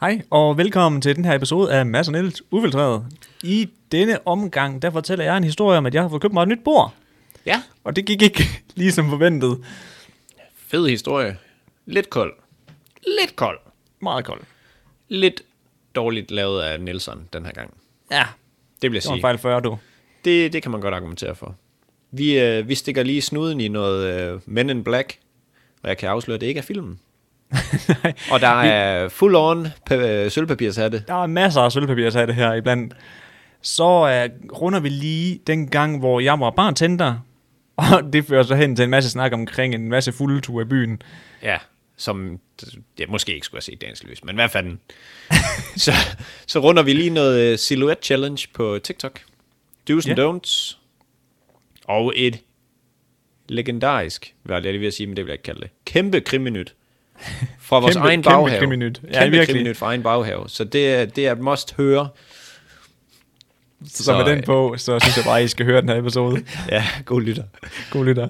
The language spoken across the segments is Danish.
Hej og velkommen til den her episode af Mads og Niels Ufiltreret. I denne omgang, der fortæller jeg en historie om, at jeg har fået købt mig et nyt bord. Ja, Og det gik ikke lige som forventet. fed historie. Lidt kold. Lidt kold. Meget koldt. Lidt dårligt lavet af Nelson den her gang. Ja, Det vil jeg det var en sige. fejl 40, du. Det, det kan man godt argumentere for. Vi, øh, vi stikker lige snuden i noget øh, Men in Black, og jeg kan afsløre, at det ikke er filmen. Nej. Og der er full on pa- øh, sølvpapirshatte. Der er masser af sølvpapir, sagde det her iblandt. Så uh, runder vi lige den gang, hvor jeg var bartender. Og det fører så hen til en masse snak omkring en masse fuldetur i byen. Ja, som jeg måske ikke skulle have set dagens lys, men hvad fanden. så, så runder vi lige noget øh, silhouette challenge på TikTok. Do's and Ja. don'ts. Og et legendarisk, hvad er det, jeg lige ved at sige, men det vil jeg ikke kalde det. Kæmpe kriminyt fra vores Kæmpe- egen kæmpe baghave. kriminyt. Ja, kæmpe virkelig. kriminyt fra egen baghave. Så det, er- det er et must høre. Så, så øh, med Så, den på, så synes jeg bare, I skal høre den her episode. Ja, god lytter. God lytter.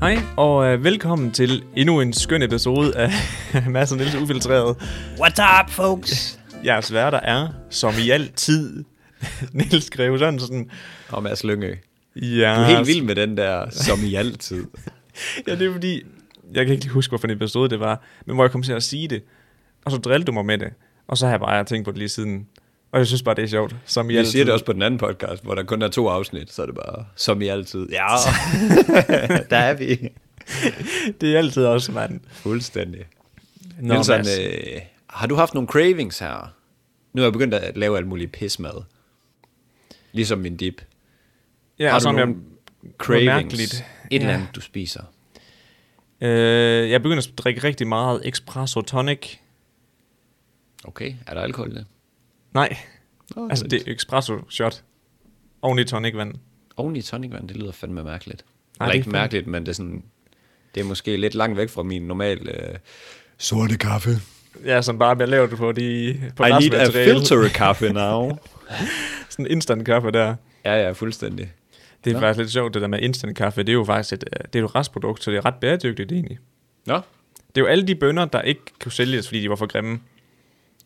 Hej, og øh, velkommen til endnu en skøn episode af Mads og Niels Ufiltreret. What's up, folks? Jeres værter er, som i altid, Niels Greve Sørensen. Og Mads Lyngø. Ja, Du er helt vild med den der, som i altid. Ja, det er fordi, jeg kan ikke lige huske, hvorfor en episode det var, men hvor jeg kom til at sige det, og så drillede du mig med det, og så har jeg bare tænkt på det lige siden. Og jeg synes bare, det er sjovt, som I Vi altid. siger det også på den anden podcast, hvor der kun er to afsnit, så er det bare, som i altid. Ja, der er vi. Det er altid også, mand. Fuldstændig. Nå, Nielsen, Mads. øh, har du haft nogle cravings her? Nu er jeg begyndt at lave alt muligt pismad. Ligesom min dip. ja, har og du som jeg, nogle cravings? mærkeligt? Et eller Ja. andet, du spiser. øh, jeg begynder at drikke rigtig meget espresso tonic. Okay, er der alkohol i det? Nej, Nå, altså det er espresso shot. Oven i tonic vand. Oven i tonicvand, det lyder fandme mærkeligt. Nej, Nej, Eller det er ikke fandme- mærkeligt, men det er, sådan, det er måske lidt langt væk fra min normale øh, sorte kaffe. Ja, som bare bliver lavet på de... På I need a restmateriale. filter kaffe now. Sådan instant kaffe der. ja, ja, fuldstændig. Det er Nå. faktisk lidt sjovt, det der med instant kaffe. Det er jo faktisk et, øh, det er jo et restprodukt, så det er ret bæredygtigt egentlig. Nå, Det er jo alle de bønder, der ikke kunne sælges, fordi de var for grimme.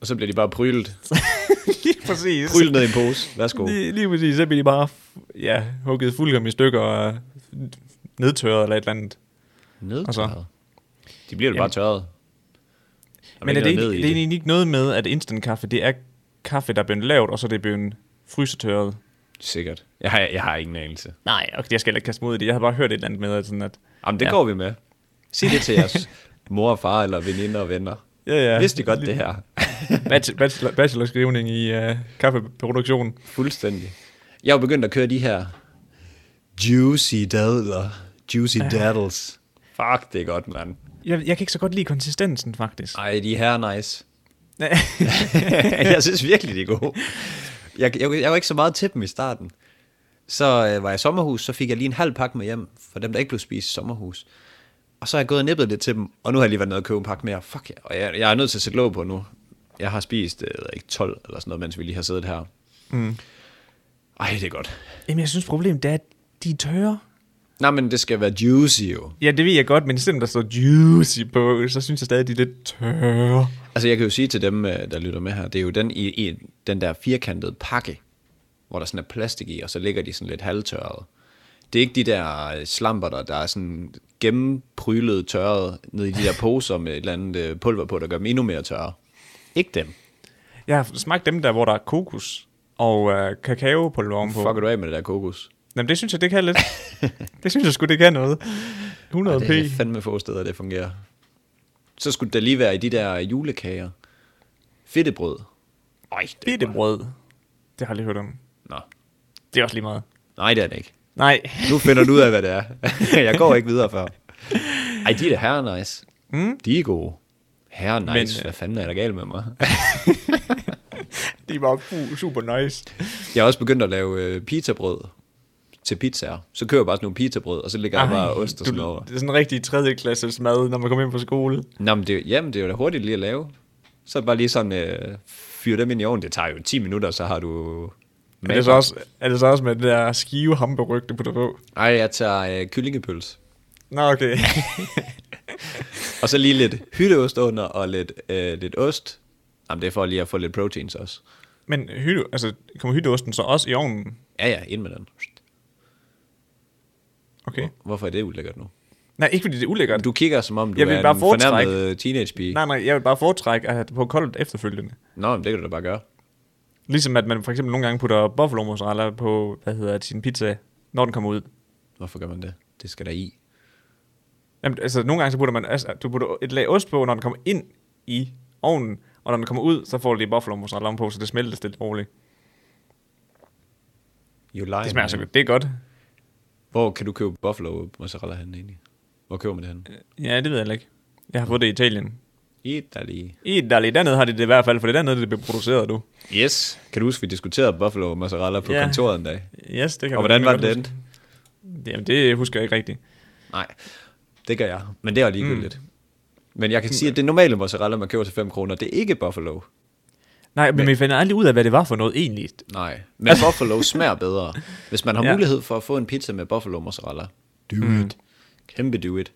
og så bliver de bare prylet. lige præcis. Prylet ned i en pose. Værsgo. Lige, lige præcis, så bliver de bare f- ja, hugget fuldkommen i stykker og øh, nedtørret eller et eller andet. Ned. Og så? Altså. De bliver jo bare Jamen. tørret. Der Men er det, ikke, noget ned i det er egentlig ikke noget med, at instant kaffe, det er kaffe, der er blevet lavet, og så er det blevet frysetørret? Sikkert. Jeg har, jeg har ingen anelse. Nej, okay, jeg skal heller ikke kaste mig ud i det. Jeg har bare hørt et eller andet med, at sådan at... Jamen, det Ja. ja. går vi med. Sig det til jeres mor og far, eller veninder og venner. Ja, ja. Ja, Vidste de godt det her? Bachelor, bachelor, bachelorskrivning i uh, kaffeproduktion. Fuldstændig. Jeg er jo begyndt at køre de her juicy dadler. Juicy daddles. Fuck, det er godt, mand. Jeg, jeg kan ikke så godt lide konsistensen, faktisk. Ej, de her nice. jeg synes virkelig, de er gode. Jeg, jeg, jeg var ikke så meget til dem i starten. Så øh, var jeg i sommerhus, så fik jeg lige en halv pakke med hjem, for dem, der ikke blev spist i sommerhus. Og så har jeg gået og nippet lidt til dem, og nu har jeg lige været nede og købe en pakke mere. Fuck, ja. og jeg, jeg er nødt til at sætte låg på nu. Jeg har spist øh, jeg ved ikke 12 eller sådan noget, mens vi lige har siddet her. Mm. Ej, det er godt. Jamen, jeg synes, problemet er, at de er tørre. Nej, men det skal være juicy jo. Ja, det ved jeg godt, men selvom der står juicy på, så synes jeg stadig, de er lidt tørre. Altså, jeg kan jo sige til dem, øh, der lytter med her, det er jo den, i, i den der firkantede pakke, hvor der sådan er plastik i, og så ligger de sådan lidt halvtørrede. Det er ikke de der øh, slamper, der, der er sådan gennempryllede tørrede ned i de der poser med et eller andet øh, pulver på, der gør dem endnu mere tørre. Ikke dem. Jeg har smagt dem der, hvor der er kokos og øh, kakaopulver ovenpå. Fucker du af med det der kokos? Jamen, det synes jeg, det kan lidt. det synes jeg sgu, det kan noget. 100 p. Det er fandme få steder, det fungerer. Så skulle det lige være i de der julekager. Fedtebrød. Øj, det er Bitte godt. brød. Det har jeg aldrig hørt om. Nå. Det er også lige meget. Nej, det er det ikke. Nej. Nu finder du ud af, hvad det er. jeg går ikke videre før. Ej, de er da herre nice. Mm? De er gode. Herre nice, Hmm? Men, øh, Men, hvad fanden er der galt med mig? De var fu- super nice. jeg har også begyndt at lave øh, pizzabrød til pizzaer. Så kører jeg bare sådan nogle pizzabrød, og så lægger jeg bare ost og sådan noget over. Det er sådan en rigtig tredje klasses mad, når man kommer ind på skole. Nå, men det, jamen, det er jo da hurtigt lige at lave. Så bare lige sådan, øh, fyr dem ind i ovnen. Det tager jo 10 minutter, så har du Er det, så også, er det så også med det der skive hamburgryg, du putter på? Nej, jeg tager øh, kyllingepøls. Nå, okay. Og så lige lidt hytteost under, og lidt, øh, lidt ost. Jamen, det er for lige at få lidt proteins også. Men hytte, altså, kommer hytteosten så også i ovnen? Ja, ja, ind med den. Okay. Hvorfor er det ulækkert nu? Nej, ikke fordi det er ulækkert. Du kigger, som om du Jeg vil er bare en foretrække- fornærmet øh, teenagepige. Nej, nej, jeg vil bare foretrække at have det på koldt efterfølgende. Nå, men det kan du da bare gøre. Ligesom at man for eksempel nogle gange putter buffalo mozzarella på, hvad hedder det, sin pizza, når den kommer ud. Hvorfor gør man det? Det skal der i. Jamen, altså, nogle gange så putter man, altså, du putter et lag ost på, når den kommer ind i ovnen, og når den kommer ud, så får du lige buffalo mozzarella ovenpå, så det smelter stille og roligt. You lie, Det smager så godt. Det er godt. Hvor kan du købe buffalo mozzarella henne egentlig? Hvor køber man det henne? Ja, det ved jeg heller ikke. Jeg har fået det i Italien. Italy. I Italien, dernede har de det i hvert fald, for det er dernede, det bliver produceret, du. Yes. Kan du huske, vi diskuterede buffalo mozzarella på Ja. kontoret en dag? Yes, det kan Og du- hvordan kan var jeg godt det huske. Jamen, det husker jeg ikke rigtigt. Nej, det gør jeg. Men det er ligegyldigt. Mm. Men jeg kan sige, at det normale mozzarella, man køber til 5 kroner, det er ikke buffalo. Nej, men, men vi finder aldrig ud af, hvad det var for noget egentlig. Nej. Men buffalo smager bedre. Hvis man har Altså- Ja. ja. mulighed for at få en pizza med buffalo mozzarella. Do mm. it. Kæmpe do it.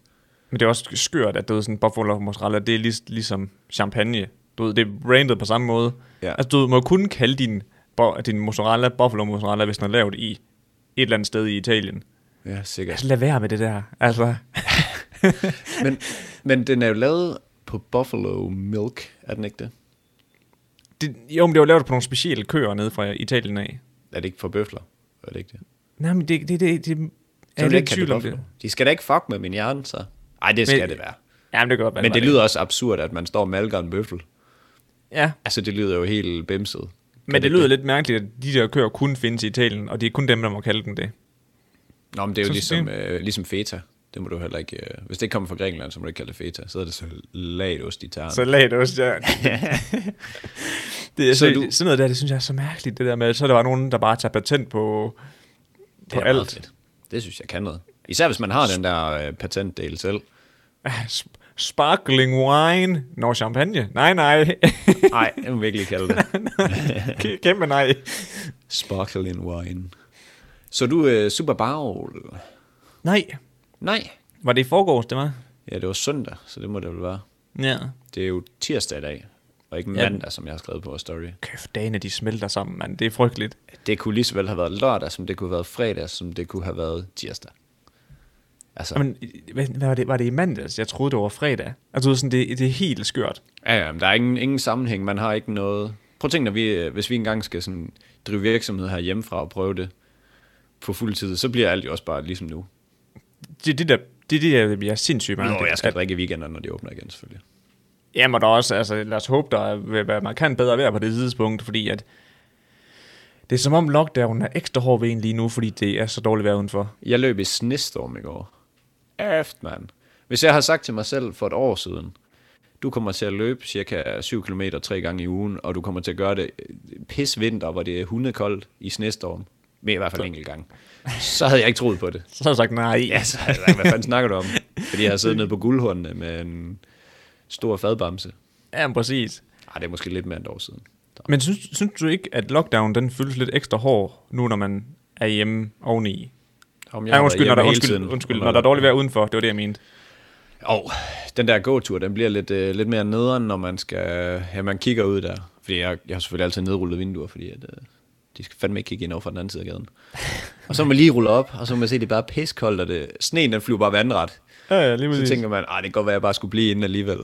Men det er også skørt, at du ved, sådan buffalo mozzarella, det er lig, ligesom champagne. Du ved, det er brandet på samme måde. Ja. Altså, du må kun kalde din, bo- din mozzarella buffalo mozzarella, hvis den er lavet i et eller andet sted i Italien. Ja, sikkert. Altså, lad være med det der. Altså, Men, men den er jo lavet på buffalo milk, er den ikke det? det, jo, men det var lavet på nogle specielle køer nede fra Italien af. Er det ikke for bøfler? Er det ikke det? Nej, men det, det, det, det Så er vil lidt kalde tvivl om buffalo. det. De skal da ikke fuck med min hjerne, så. Nej, det skal men, det være. Jamen, det kan godt være. Men var det lyder også absurd, at man står og malker en bøffel. Ja, Altså, det lyder jo helt bimset. Kan men det ikke lyder lidt mærkeligt, at de der køer kun findes i Italien, og det er kun dem, der må kalde den det. Nå, men det er jo Så ligesom, øh, ligesom feta. Det må du heller ikke... Øh, hvis det ikke kommer fra Grækenland, så må du ikke kalde det feta. Så er det så latost i tæren. Så, Salat også, ja. det, er, Så så du- sådan noget der, det synes jeg er så mærkeligt, det der med, at så er der var nogen, der bare tager patent på, det på er alt. alt. Fedt. Det synes jeg kan noget. Især hvis man har den der øh, patentdel selv. Ah, sp- Sparkling wine. Nå, champagne. Nej, nej. Nej, jeg må virkelig kalde det. K- Kæmpe nej. Sparkling wine. Så du øh, Super Bowl? Nej. Nej. Var det i forgårs, det var? Ja, det var søndag, så det må det vel være. Ja. Det er jo tirsdag i dag, og ikke Ja. mandag, som jeg har skrevet på vores story. Kæft, dagene de smelter sammen, mand. Det er frygteligt. Det kunne lige så vel have været lørdag, som det kunne have været fredag, som det kunne have været tirsdag. Altså, Jamen, Jamen, hvad, hvad var det? Var det i mandags? Jeg troede, det var fredag. Altså, du ved, sådan, det, det er helt skørt. ja, ja, men der er ingen, ingen sammenhæng, man har ikke noget... Prøv at tænke, når vi, øh, hvis vi engang skal sådan drive virksomhed her hjemmefra og prøve det på fuld tid, så bliver alt jo også bare ligesom nu. Det er det, der, det, er det der bliver sindssygt mange. Nå, jeg skal drikke i weekenderne, når de åbner igen, selvfølgelig. Jamen der er også, altså lad os håbe, der vil være markant bedre vejr på det tidspunkt, fordi at det er som om lockdown er ekstra hård ved en lige nu, fordi det er så dårligt vejr udenfor. Jeg løb i snestorm i går. Æft, mand. Hvis jeg har sagt til mig selv for et år siden, du kommer til at løbe cirka 7 km tre gange i ugen, og du kommer til at gøre det øh, pis vinter, hvor det er hundekoldt i snestorm, med i hvert fald en enkelt gang, så havde jeg ikke troet på det. Så har jeg sagt nej. Ja, så havde jeg sagt, hvad fanden snakker du om? Fordi jeg har siddet nede på guldhornene med en stor fadbamse. ja men præcis. Ej, det er måske lidt mere end et år siden. Så. Men synes, synes du ikke, at lockdown den føles lidt ekstra hård, nu når man er hjemme oveni? Om Ja, har været undskyld, når hjemme der, hele undskyld, tiden. undskyld, når der er dårligt vejr udenfor, det var det, jeg mente. Og den der gåtur, den bliver lidt, øh, lidt mere nederen, når man skal, ja, man kigger ud der. Fordi jeg, jeg har selvfølgelig altid nedrullet vinduer, fordi at, øh, de skal fandme ikke kigge ind over fra den anden side af gaden. Og så må man lige rulle op, og så må man se, at det er bare piskoldt, og det, sneen den flyver bare vandret. Ja, ja lige Så præcis. tænker man, at det kan godt være, at jeg bare skulle blive inden alligevel.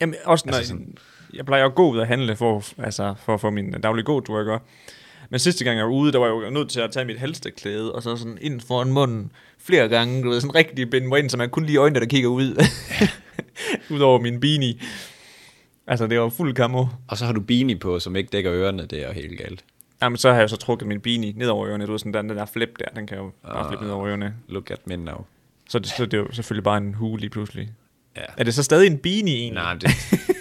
Jamen, også når altså Altså sådan... jeg plejer at gå ud og handle for, altså, for at få min daglige gåtur, jeg gør. Men sidste gang jeg var ude, der var jeg jo nødt til at tage mit halsteklæde, og så sådan ind foran munden flere gange, du ved, sådan rigtig binde mig ind, så man kun lige øjnene, der kigger ud. Udover min beanie. Altså, det var fuld kammo. Og så har du beanie på, som ikke dækker ørerne, det er jo helt galt. Jamen, så har jeg så trukket min beanie ned over ørerne. Du ved, sådan der, den der flip der, den kan jo bare flippe ned over ørerne. Look at me now. Så, det- så det er jo selvfølgelig bare en hue lige pludselig. Ja. Er det så stadig en beanie egentlig? Nej, men det,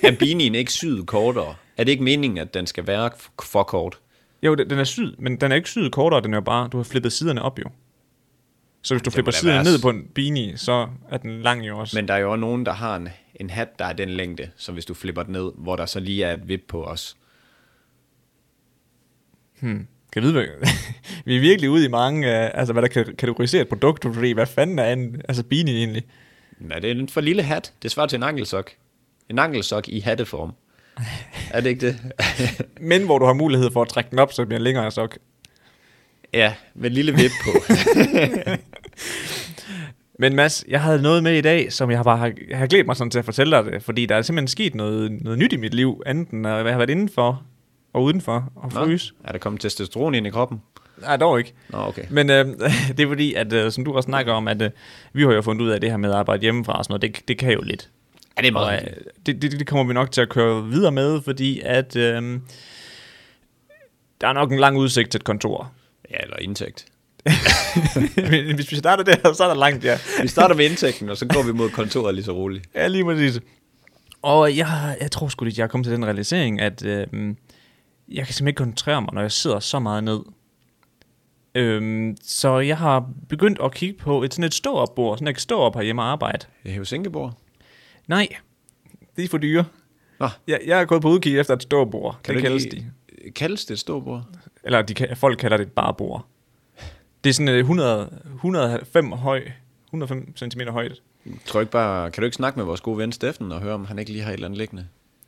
er beanien ikke syet kortere? Er det ikke meningen, at den skal være f- for kort? Jo, den den er syd, men den er ikke syet kortere, den er jo bare, du har flippet siderne op jo. Så hvis du flipper da siderne være ned s- på en beanie, så er den lang jo også. Men, Men der er jo også nogen, der har en, en hat, der er den længde, så hvis du flipper den ned, hvor der så lige er et vip på os. Kan vide, hvad- vi er virkelig ude i mange, øh, altså hvad der kan kategorisere et produkt, fordi hvad fanden er en, altså beanie egentlig? Nej, det er en for lille hat. Det svarer til en ankelsok. En ankelsok i hatteform. er det ikke det? Men hvor du har mulighed for at trække den op, så det bliver en længere sok. ja, med en lille vip på. Men Mads, jeg havde noget med i dag, som jeg bare har, jeg har glædet mig sådan til at fortælle dig det, fordi der er simpelthen sket noget, noget nyt i mit liv, enten at jeg har været indenfor og udenfor og Nå, fryse. er der kommet testosteron ind i kroppen? Nej, dog ikke. Nå, okay. Men øh, det er fordi, at øh, som du også snakker om, at øh, vi har jo fundet ud af at det her med at arbejde hjemmefra og sådan noget, det, det kan jo lidt. Ja, det er Og, meget øh, det, det, det kommer vi nok til at køre videre med, fordi at øh, der er nok en lang udsigt til et kontor. Ja, eller indtægt. Men Hvis vi starter der, så er der langt, ja. Vi starter med indtægten, og så går vi mod kontoret lige så roligt. Ja, lige præcis. Og jeg, jeg tror sgu lidt, jeg er kommet til den realisering, at øh, jeg kan simpelthen ikke koncentrere mig, når jeg sidder så meget ned. Øhm, så jeg har begyndt at kigge på et sådan et stå-op-bord, sådan jeg kan stå op herhjemme og arbejde. Det er jo Singapore. Nej, det er for dyre. Nå. Jeg, jeg er gået på udkig efter et stå-bord. Kan det du kaldes ikke de. lige- Kaldes det et storbord? Eller de, ka- folk kalder det et barbord. Det er sådan øh, 100, 105 høj, 105 cm højt. Tror ikke bare, kan du ikke snakke med vores gode ven Steffen og høre, om han ikke lige har et eller andet liggende?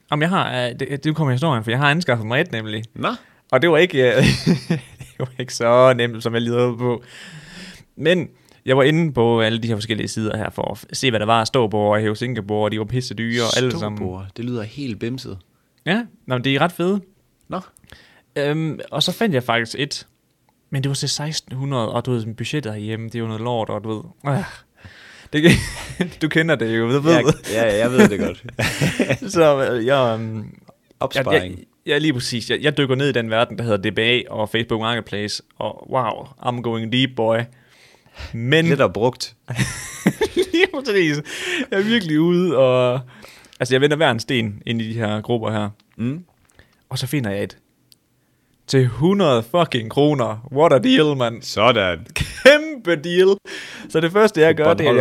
Om jeg har, øh, det, det kommer i historien, for jeg har anskaffet mig et nemlig. Nå, Og det var ikke, øh, det var ikke så nemt, som jeg lige havde på. Men jeg var inde på alle de her forskellige sider her, for at f- se, hvad der var at stå på, og hæve Singapore, og de var pisse dyre, og alle sammen. Storbord, det lyder helt bimset. Ja, nå, men det er ret fede. Nå, Øhm, og så fandt jeg faktisk et, men det var til 1600, og du ved, sådan budgettet herhjemme, det er jo noget lort, og du ved, øh, det, du kender det jo, du ved. jeg, ja, jeg ved det godt. Så øh, jeg, øhm, Jeg, Opsparing. jeg, jeg, lige præcis. Jeg, jeg dykker ned i den verden, der hedder DBA og Facebook Marketplace, og wow, I'm going deep, boy. Men Lidt og brugt. lige præcis, jeg er virkelig ude, og altså jeg vender hver en sten ind i de her grupper her, Mm. og så finder jeg et til 100 fucking kroner. What a deal, man. Sådan. Kæmpe deal. Så det første, jeg På gør, det er... at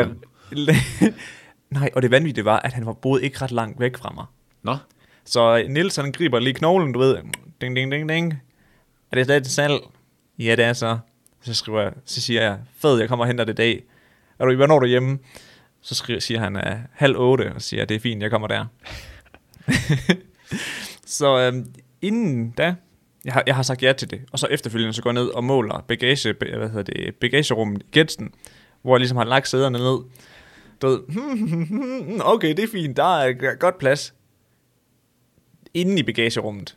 Jeg... Nej, og det vanvittige var, at han var boet ikke ret langt væk fra mig. Nå, Så øh, Nils han griber lige knoglen, du ved. Ding, ding, ding, ding. Er det stadig til salg? Ja, det er så. Så, skriver jeg, så siger jeg, fed, jeg kommer og henter det i dag. Er du, hvornår er du hjemme? Så skriver, siger han, "Øh, halv otte, og siger, det er fint, jeg kommer der. så øhm, inden da, jeg har, jeg har sagt ja til det, og så efterfølgende så går jeg ned og måler bagage, be- hvad hedder det, bagagerummet i Getsen, hvor jeg ligesom har lagt sæderne ned. Du ved, okay, det er fint, der er godt plads inde i bagagerummet.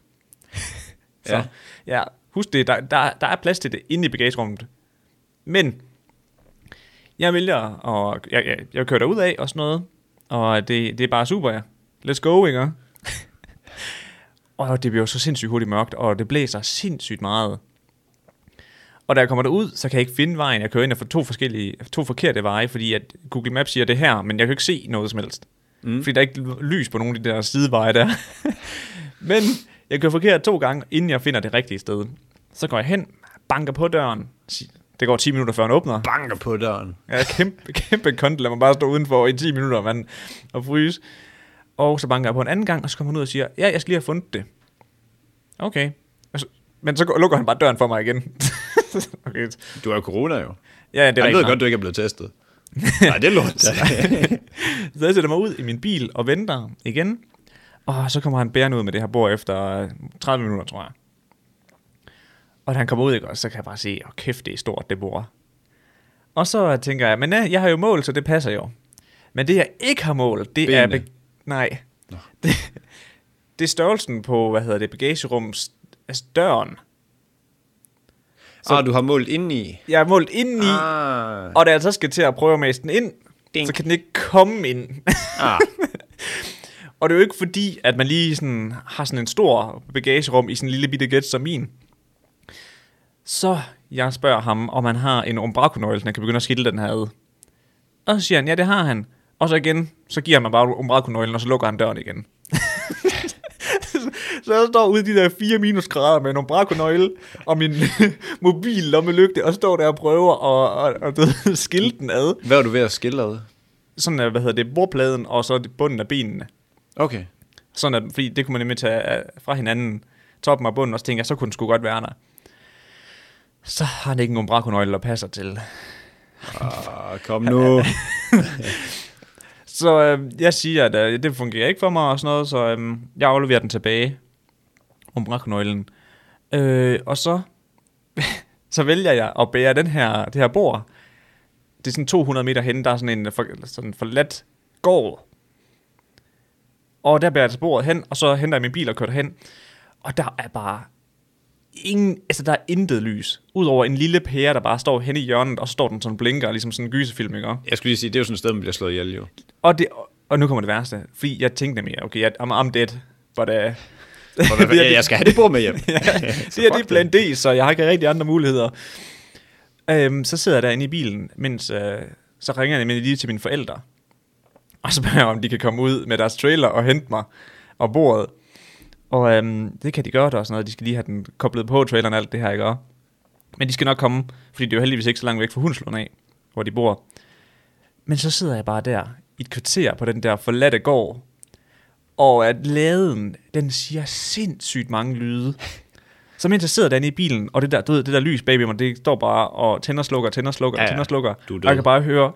så, ja. Ja. ja. Husk det, der, der, der er plads til det inde i bagagerummet. Men jeg vælger, og jeg, jeg, jeg kører derud af og sådan noget, og det, det er bare super, ja. Let's go, ikke? og det bliver jo så sindssygt hurtigt mørkt, og det blæser sindssygt meget. Og da jeg kommer derud, så kan jeg ikke finde vejen. Jeg kører ind og får to, forskellige, to forkerte veje, fordi at Google Maps siger det er her, men jeg kan jo ikke se noget som helst. Mm. Fordi der er ikke lys på nogen af de der sideveje der. men jeg kører forkert to gange, inden jeg finder det rigtige sted. Så går jeg hen, banker på døren. Si- Det går 10 minutter, før den åbner. banker på døren. Ja, kæmpe, kæmpe kont, lad mig bare stå udenfor i 10 minutter, mand, og fryse. Og så banker jeg på en anden gang, og så kommer han ud og siger, ja, jeg skal lige have fundet det. Okay. Og så, men så går- lukker han bare døren for mig igen. okay. Du har jo corona jo. Ja, ja, det Det er Han ved rigtigt. godt, du ikke er blevet testet. Nej, det er lort. Så jeg sætter mig ud i min bil og venter igen. Og så kommer han bærende ud med det her bord efter øh, 30 minutter, tror jeg. Og da han kommer ud, ikke, og så kan jeg bare se, åh kæft, det er stort, det bord. Og så tænker jeg, men ja, jeg har jo mål, så det passer jo. Men det, jeg ikke har målt, det er... Benene. nej. Det, det er størrelsen på, hvad hedder det, bagagerums... Altså døren. Så ah, du har målt indeni. Jeg har målt indeni, ah. Ah, og da jeg så skal til at prøve at mase den ind, Ding. Ding. så kan den ikke komme ind. ah. Og det er jo ikke fordi, at man lige sådan, har sådan en stor bagagerum i sådan en lille bitte gæt som min. Så jeg spørger ham, om han har en umbrakonøgle, så han kan begynde at skille den her ad. Og så siger han, ja, det har han. Og så igen, så giver man bare umbrakonøglen, og så lukker han døren igen. så jeg står ude i de der 4 minusgrader med en umbrakonøgle og min mobil lommelygte, og står der og prøver at, at, at, at skille den ad. Hvad var du ved at skille ad? Sådan, øh, hvad hedder det, bordpladen, og så bunden af benene. Okay. Sådan at, fordi det kunne man nemlig tage øh, fra hinanden, toppen og bunden, og så tænker jeg, så kunne den sgu godt være der. så har han ikke en umbrakonøgle, der passer til. Ah, kom nu. Så øh, jeg siger, at øh, det fungerer ikke for mig og sådan noget, så øh, jeg afleverer den tilbage. Umbrakonøglen. Øh, og så, så vælger jeg at bære den her, det her bord. Det er sådan 200 meter henne, der er sådan en øh, for, sådan forladt gård. Og der bærer jeg til bordet hen, og så henter jeg min bil og kører derhen. Og der er bare ingen, altså der er intet lys. Udover en lille pære, der bare står hen i hjørnet, og så står den sådan blinker, ligesom sådan en gyserfilm, ikke? Jeg skulle lige sige, det er jo sådan et sted, man bliver slået ihjel jo. Og, det, og nu kommer det værste, fordi jeg tænkte nemlig, okay, jeg, I'm, I'm dead, but uh, For, ja, jeg skal have det bord med hjem. det er fuck det plan D, så jeg har ikke rigtig andre muligheder. Øhm, så sidder jeg derinde i bilen, mens øh, så ringer jeg nemlig lige til mine forældre, og spørger jeg, om de kan komme ud med deres trailer og hente mig og bordet. Og øhm, det kan de gøre der og sådan noget, de skal lige have den koblet på traileren og alt det her, ikke også? Men de skal nok komme, fordi det er jo heldigvis ikke så langt væk fra Hundslund af, hvor de bor. Men så sidder jeg bare der i et kvarter på den der forladte gård, og at laden, den siger sindssygt mange lyde. Så mens jeg sidder derinde i bilen, og det der, du ved, det der lys bag ved mig, det står bare og tænder, slukker, tænder, slukker, Ja, ja, ja. tænder, slukker. Du er og død. jeg kan bare høre...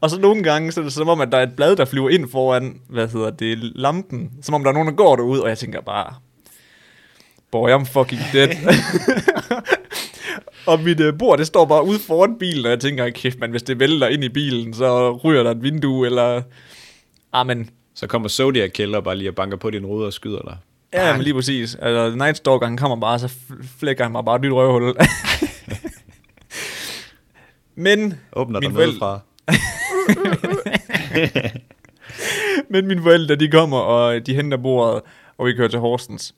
Og så nogle gange, så er det som om, at der er et blad, der flyver ind foran, hvad hedder det, lampen. Som om der er nogen, der går derud, og jeg tænker bare, boy, I'm fucking dead. Og mit øh, bord, det står bare ude foran bilen, og jeg tænker, kæft man, hvis det vælter ind i bilen, så ryger der et vindue, eller... Ah, men... Så kommer Zodiac Killer bare lige og banker på din rude og skyder dig. Ja, men lige præcis. Altså, Night Stalker, han kommer bare, så fl- flækker han mig bare et nyt røvhul. men... Åbner dig mine forældre- nedefra. Men mine forældre, de kommer, og de henter bordet, og vi kører til Horsens.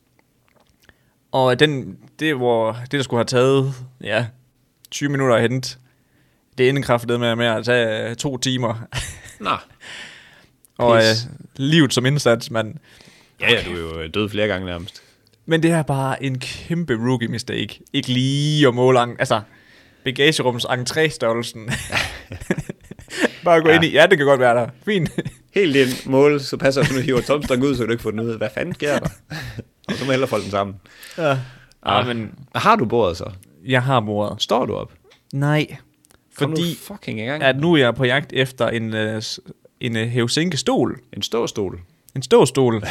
Og den, det, hvor, det, der skulle have taget ja, 20 minutter at hente, det endte med, med at tage øh, to timer. Nå. og øh, Pis. livet som indsats, mand. Ja, ja, du er jo øh, død flere gange nærmest. Men det er bare en kæmpe rookie mistake. Ikke lige at måle ang- altså bagagerums entréstørrelsen. bare gå Ja. ja. ind i, ja, det kan godt være der. Fint. Helt ind, mål, så passer du nu hiver tomstokken ud, så kan du ikke få den ud. Hvad fanden sker der? og så må jeg hellere folde den sammen. ja. Ah. Ah, men Har du bordet så? jeg har mordet. Står du op? Nej. Kom Fordi nu fucking i gang. at nu er jeg på jagt efter en, øh, s- en øh, hævsænke stol. En ståstol. En ståstol.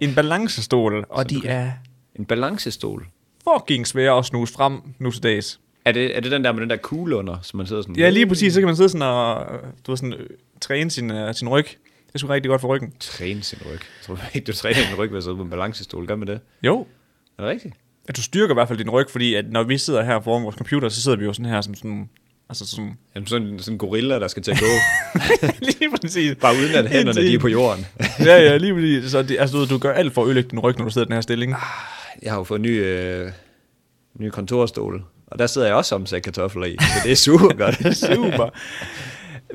en balancestol. Og de er En balancestol. fucking svære at snuse frem nu til dags. Er det, er det den der med den der kugle under, som man sidder sådan... Ja, lige præcis. Så kan man sidde sådan og øh, du ved, sådan, øh, træne sin, øh, sin ryg. Det er sgu rigtig godt for ryggen. Træne sin ryg. Jeg tror ikke, du træner din ryg ved at sidde på en balancestol. Gør med det. Jo, Er det rigtigt? at du styrker i hvert fald din ryg, fordi at når vi sidder her foran vores computer, så sidder vi jo sådan her som sådan... Altså sådan... Jamen sådan, sådan en gorilla, der skal til at gå. lige præcis. Bare uden at hænderne de er på jorden. ja, ja, lige præcis. Så det, altså, du, ved, du gør alt for at ødelægge din ryg, når du sidder i den her stilling. Jeg har jo fået en ny, øh, ny kontorstol. Og der sidder jeg også om sæk kartofler i. Så det er super godt. Super.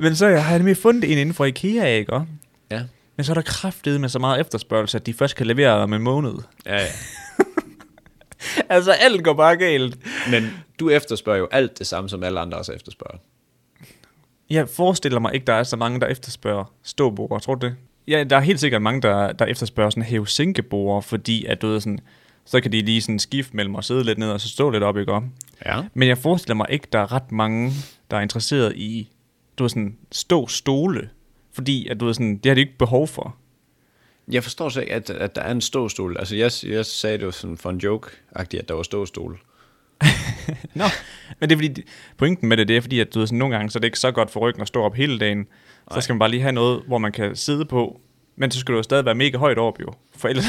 Men så har jeg nemlig fundet en inden for IKEA, ikke? også? ja. Men så er der kraftedet med så meget efterspørgsel, at de først kan levere dig om en måned. Ja, ja. Altså, alt går bare galt. Men du efterspørger jo alt det samme, som alle andre også efterspørger. Jeg forestiller mig ikke, der er så mange, der efterspørger ståbord. Tror du det? Ja, der er helt sikkert mange, der, der efterspørger sådan hæve fordi at, du ved, sådan, så kan de lige sådan skifte mellem at sidde lidt ned og så stå lidt op, ikke om? Ja. Men jeg forestiller mig ikke, der er ret mange, der er interesseret i, du ved, sådan stå stole, fordi at, du ved, sådan, det har de ikke behov for. Jeg forstår så ikke, at, at der er en ståstol. Altså, jeg, jeg sagde det jo sådan for en joke-agtigt, at der var ståstol. Nå. Men det er fordi, de- pointen med det, det er fordi, at du ved, sådan, nogle gange, så er det ikke så godt for ryggen at stå op hele dagen. Så skal man bare lige have noget, hvor man kan sidde på. Men så skal du jo stadig være mega højt op, jo. For ellers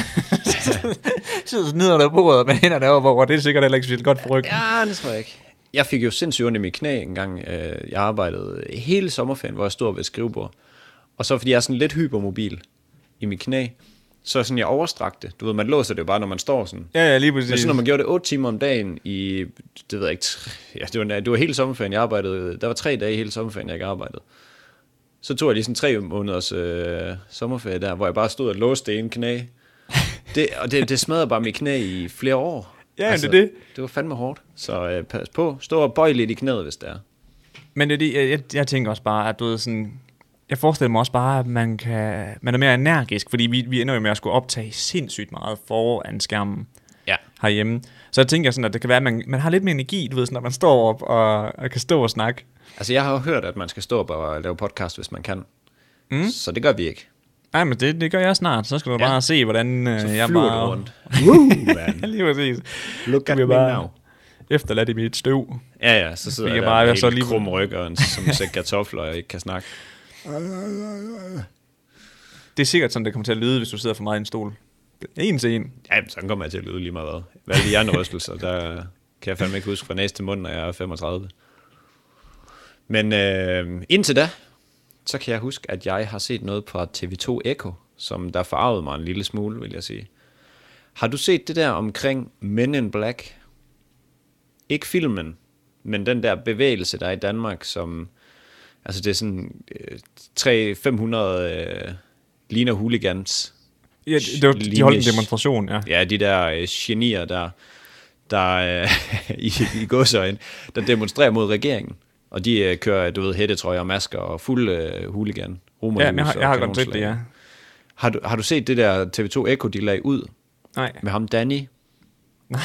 sidder du ned under bordet med hænderne deroppe, og det er sikkert heller ikke specielt godt for ryggen. Ja, det tror jeg ikke. Jeg fik jo sindssygt ondt i mit knæ en gang. Øh, Jeg arbejdede hele sommerferien, hvor jeg stod ved et skrivebord. Og så fordi jeg er sådan lidt hypermobil i mit knæ, så sådan jeg overstrakte. Du ved, man låser det jo bare, når man står sådan. Ja, ja, lige præcis. Men så når man gjorde det 8 timer om dagen i, det ved jeg ikke, tr- ja, det var, det var hele sommerferien, jeg arbejdede. Der var tre dage i hele sommerferien, jeg ikke arbejdede. Så tog jeg lige sådan tre måneders øh, sommerferie der, hvor jeg bare stod og låste det ene knæ. Det, og det, det smadrede bare mit knæ i flere år. Altså, Ja, det er det. Det var fandme hårdt. Så øh, pas på. Stå og bøj lidt i knæet, hvis det er. Men det, er det, jeg, jeg, jeg tænker også bare, at du ved sådan... Jeg forestiller mig også bare, at man, kan, man er mere energisk, fordi vi, vi ender jo med at skulle optage sindssygt meget foran skærmen. Ja. herhjemme. Så jeg tænker sådan, at det kan være, at man, man har lidt mere energi, du ved, sådan, når man står op og, og kan stå og snakke. Altså, jeg har jo hørt, at man skal stå op og lave podcast, hvis man kan. Mm. Så det gør vi ikke. Nej, men det, det gør jeg snart. Så skal du ja. bare se, hvordan øh, jeg Flyver bare... du rundt. Woo, man. Lige præcis. Look Så at bliver me jeg bare now. Efterladt i mit støv. Ja, ja, så sidder Jeg jeg, kan jeg bare- bare, med jeg helt så lige- krum ryg og en som en sæk kartofler, og jeg ikke kan snakke. Det er sikkert sådan, det kommer til at lyde, hvis du sidder for meget i en stol. En til en. Ja, men sådan kommer jeg til at lyde lige meget hvad. Hvad er de andre rystelser, der kan jeg fandme ikke huske fra næste til mund, når jeg er 35. Men øh, indtil da, så kan jeg huske, at jeg har set noget på TV2 Echo, som der farvede mig en lille smule, vil jeg sige. Har du set det der omkring Men in Black? Ikke filmen, men den der bevægelse, der er i Danmark, som... Altså det er sådan øh, 300-500 øh, ligner hooligans, Ja, det, det var, de Lige holdt med- en demonstration, ja. Ja, de der øh, genier, der, der øh, i, i godsøjen, der demonstrerer mod regeringen. Og de øh, kører, du ved, hættetrøjer og masker og fuld øh, hooligan. romerlys Ja, men jeg har, og jeg har godt set kanonslag. det, ja. Har du, har du set det der TV2 Echo, de lagde ud Nej, med ham Danny? nej.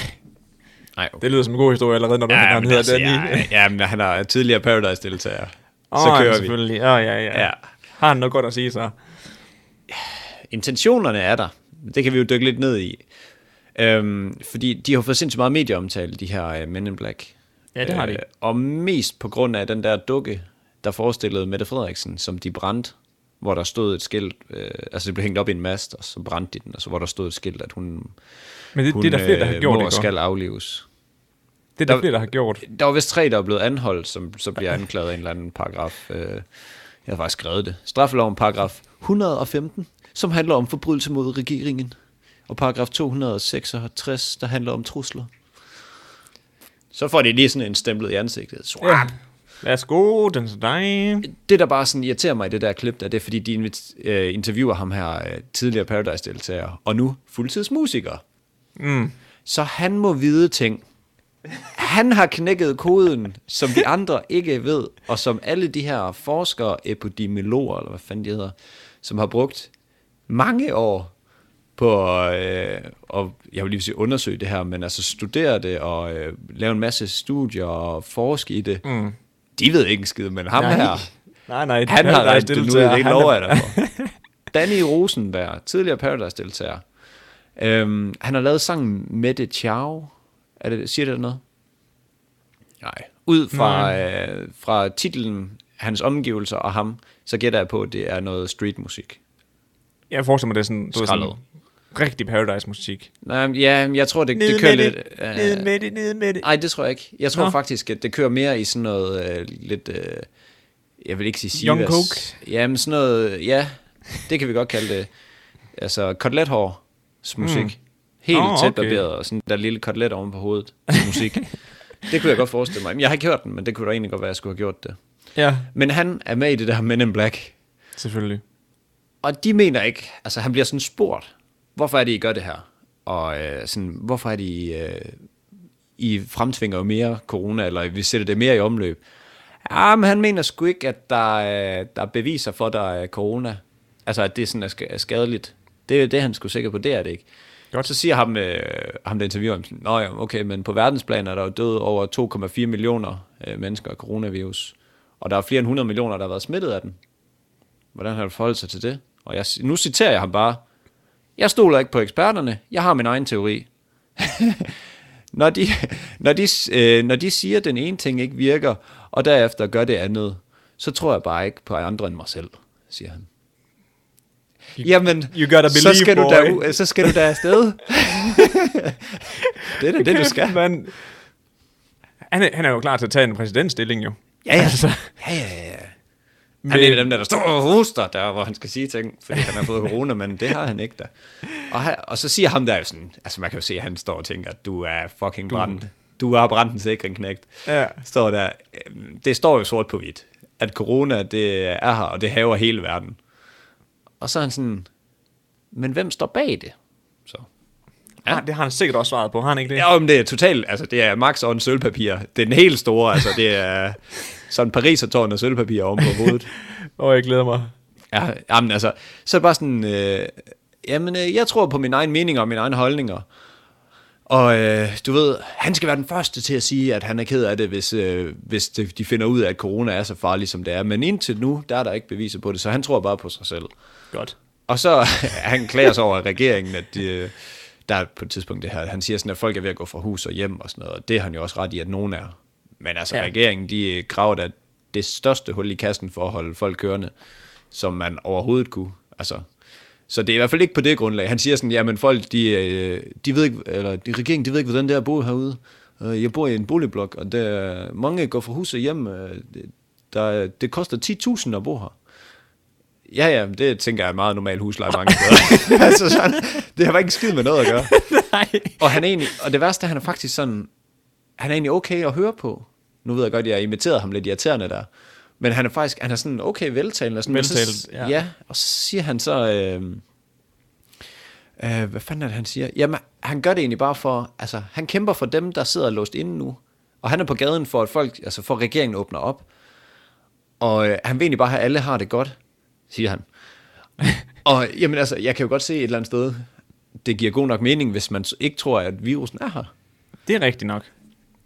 Nej, okay. Det lyder som en god historie allerede, når du ja, Ja, han men, hedder altså, Danny. ja, ja, men han er tidligere Paradise-deltager. Åh, Så ja, kører vi. selvfølgelig. Åh, ja, ja, Ja. ja. Har han noget godt at sige, så? intentionerne er der. Det kan vi jo dykke lidt ned i. Øhm, fordi de har fået sindssygt meget medieomtale, de her øh, Men in Black. Øh, Ja, det har de. og mest på grund af den der dukke, der forestillede Mette Frederiksen, som de brændte, hvor der stod et skilt, øh, altså det blev hængt op i en mast, og så brændte de den, og så hvor der stod et skilt, at hun, Men det, hun det er der flere, der har øh, gjort, må det, og skal aflives. Det er der Der- flere, der har gjort. Der var vist tre, der er blevet anholdt, som så bliver anklaget af en eller anden paragraf. Øh, jeg har faktisk skrevet det. Straffeloven paragraf 115, som handler om forbrydelse mod regeringen. Og paragraf 266, der handler om trusler. Så får de lige sådan en stemplet i ansigtet. Swap. Ja. Værsgo, den til dig. Det, der bare sådan irriterer mig i det der klip, der, det er, fordi de invit- øh, interviewer ham her, øh, tidligere Paradise-deltager, og nu fuldtidsmusiker. Mm. Så han må vide ting. Han har knækket koden, som de andre ikke ved, og som alle de her forskere, epidemiologer, eller hvad fanden de hedder, som har brugt mange år på øh, og jeg vil lige sige undersøge det her, men altså studere det og øh, lave en masse studier og forske i det. Mm. De ved ikke en skid, men ham Nej. her, Nej, nej. han har Paradise da det deltager, lyder ikke han er- lov af dig for. Danny Rosenberg, tidligere Paradise-deltager. Øhm, han har lavet sangen Mette Ciao. Er det, siger det noget? Nej. Ud fra, øh, fra titlen, hans omgivelser og ham, så gætter jeg på, at det er noget streetmusik. Jeg forestiller mig, det er sådan... Du ved, sådan Skraldet. rigtig Paradise-musik. Nej, men ja, jeg tror, det, det kører lidt... øh, med det, ned med det. Nej, det tror jeg ikke. Jeg tror Nå. Nå. faktisk, at det kører mere i sådan noget øh, lidt... Øh, jeg vil ikke sige Sivas. Young Coke? Jamen sådan noget... Ja, det kan vi godt kalde det. Altså kotelethår musik. Mm. Helt Hmm. Nå, oh, okay. tæt barberet, og sådan der lille kotelet oven på hovedet musik. det kunne jeg godt forestille mig. Men jeg har ikke hørt den, men det kunne da egentlig godt være, at jeg skulle have gjort det. Ja, Men han er med i det der Men in Black. selvfølgelig. Og de mener ikke, altså han bliver sådan spurgt, hvorfor er det, I gør det her? Og øh, sådan, hvorfor er det, I, øh, I fremtvinger jo mere corona, eller vi sætter det mere i omløb? Ja, men han mener sgu ikke, at der, øh, der er beviser for, at der er corona. Altså, at det sådan er, sk- er skadeligt. Det er det, er han skulle sikker på, det er det ikke. Godt. Så siger ham, øh, ham der interviewer ham, sådan, Nå ja, okay, men på verdensplan er der jo død over 2,4 millioner øh, mennesker af coronavirus. Og der er flere end 100 millioner, der har været smittet af den. Hvordan har du forholdt sig til det? Og jeg, nu citerer jeg ham bare. Jeg stoler ikke på eksperterne. Jeg har min egen teori. når, de, når, de, øh, når de siger, at den ene ting ikke virker, og derefter gør det andet, så tror jeg bare ikke på andre end mig selv, siger han. Jamen, you gotta så, skal believe, du da, boy. u- så skal du da afsted. det er da det, du skal. Men, han, er, han er jo klar til at tage en præsidentstilling, jo. Ja, ja, altså. ja, ja, ja. Han er en af dem der, der står og hoster der, hvor han skal sige ting, fordi han har fået corona, men det har han ikke da. Og, han, og så siger ham der jo sådan, altså man kan jo se, at han står og tænker, du er fucking brændt. Du har brændt en sikring knægt. Ja. Står der, øhm, det står jo sort på hvidt, at corona det er her, og det haver hele verden. Og så er han sådan, men hvem står bag det? Så. Ja. Ah, det har han sikkert også svaret på, har han ikke det? Ja, men det er totalt, altså det er max on sølvpapir. Det er den helt store, altså det er sådan Parisertårn og sølvpapir oven på hovedet. Og jeg glæder mig. Ja, jamen altså, så er det bare sådan, øh, jamen øh, jeg tror på min egen mening og mine egne holdninger. Og øh, du ved, han skal være den første til at sige, at han er ked af det, hvis, øh, hvis de de finder ud af, at corona er så farlig, som det er. Men indtil nu, der er der ikke beviser på det, så han tror bare på sig selv. Godt. Og så han klager sig over regeringen, at de, der er på et tidspunkt det her, han siger sådan, at folk er ved at gå fra hus og hjem og sådan noget, og det har han jo også ret i, at nogen er. Men altså Ja. ja. regeringen, de øh, graver da det største hul i kassen for at holde folk kørende, som man overhovedet kunne. Altså, så det er i hvert fald ikke på det grundlag. Han siger sådan, jamen folk, de, øh, de ved ikke, eller de, regeringen, de ved ikke, hvordan det er at bo herude. Øh, Jeg bor i en boligblok, og der, mange går fra hus og hjem. øh, det- Der, det koster 10.000 at bo her. Ja, ja, men det tænker jeg er meget normal husleje mange steder. altså sådan, det har bare ikke en skid med noget at gøre. Nej. Og, han er egentlig, og det værste er, han er faktisk sådan, han er egentlig okay at høre på. Nu ved jeg godt, jeg har imiteret ham lidt irriterende der. Men han er faktisk, han er sådan okay veltalende. og Sådan, men så- Veltalt, ja. ja. og så siger han så, øh, øh, hvad fanden er det, han siger? Jamen, han gør det egentlig bare for, altså, han kæmper for dem, der sidder låst inde nu. Og han er på gaden for, at folk, altså for at regeringen åbner op. Og øh, han vil egentlig bare have, at alle har det godt, siger han. og jamen altså, jeg kan jo godt se et eller andet sted, det giver god nok mening, hvis man s- ikke tror, at virusen er her. Det er rigtigt nok.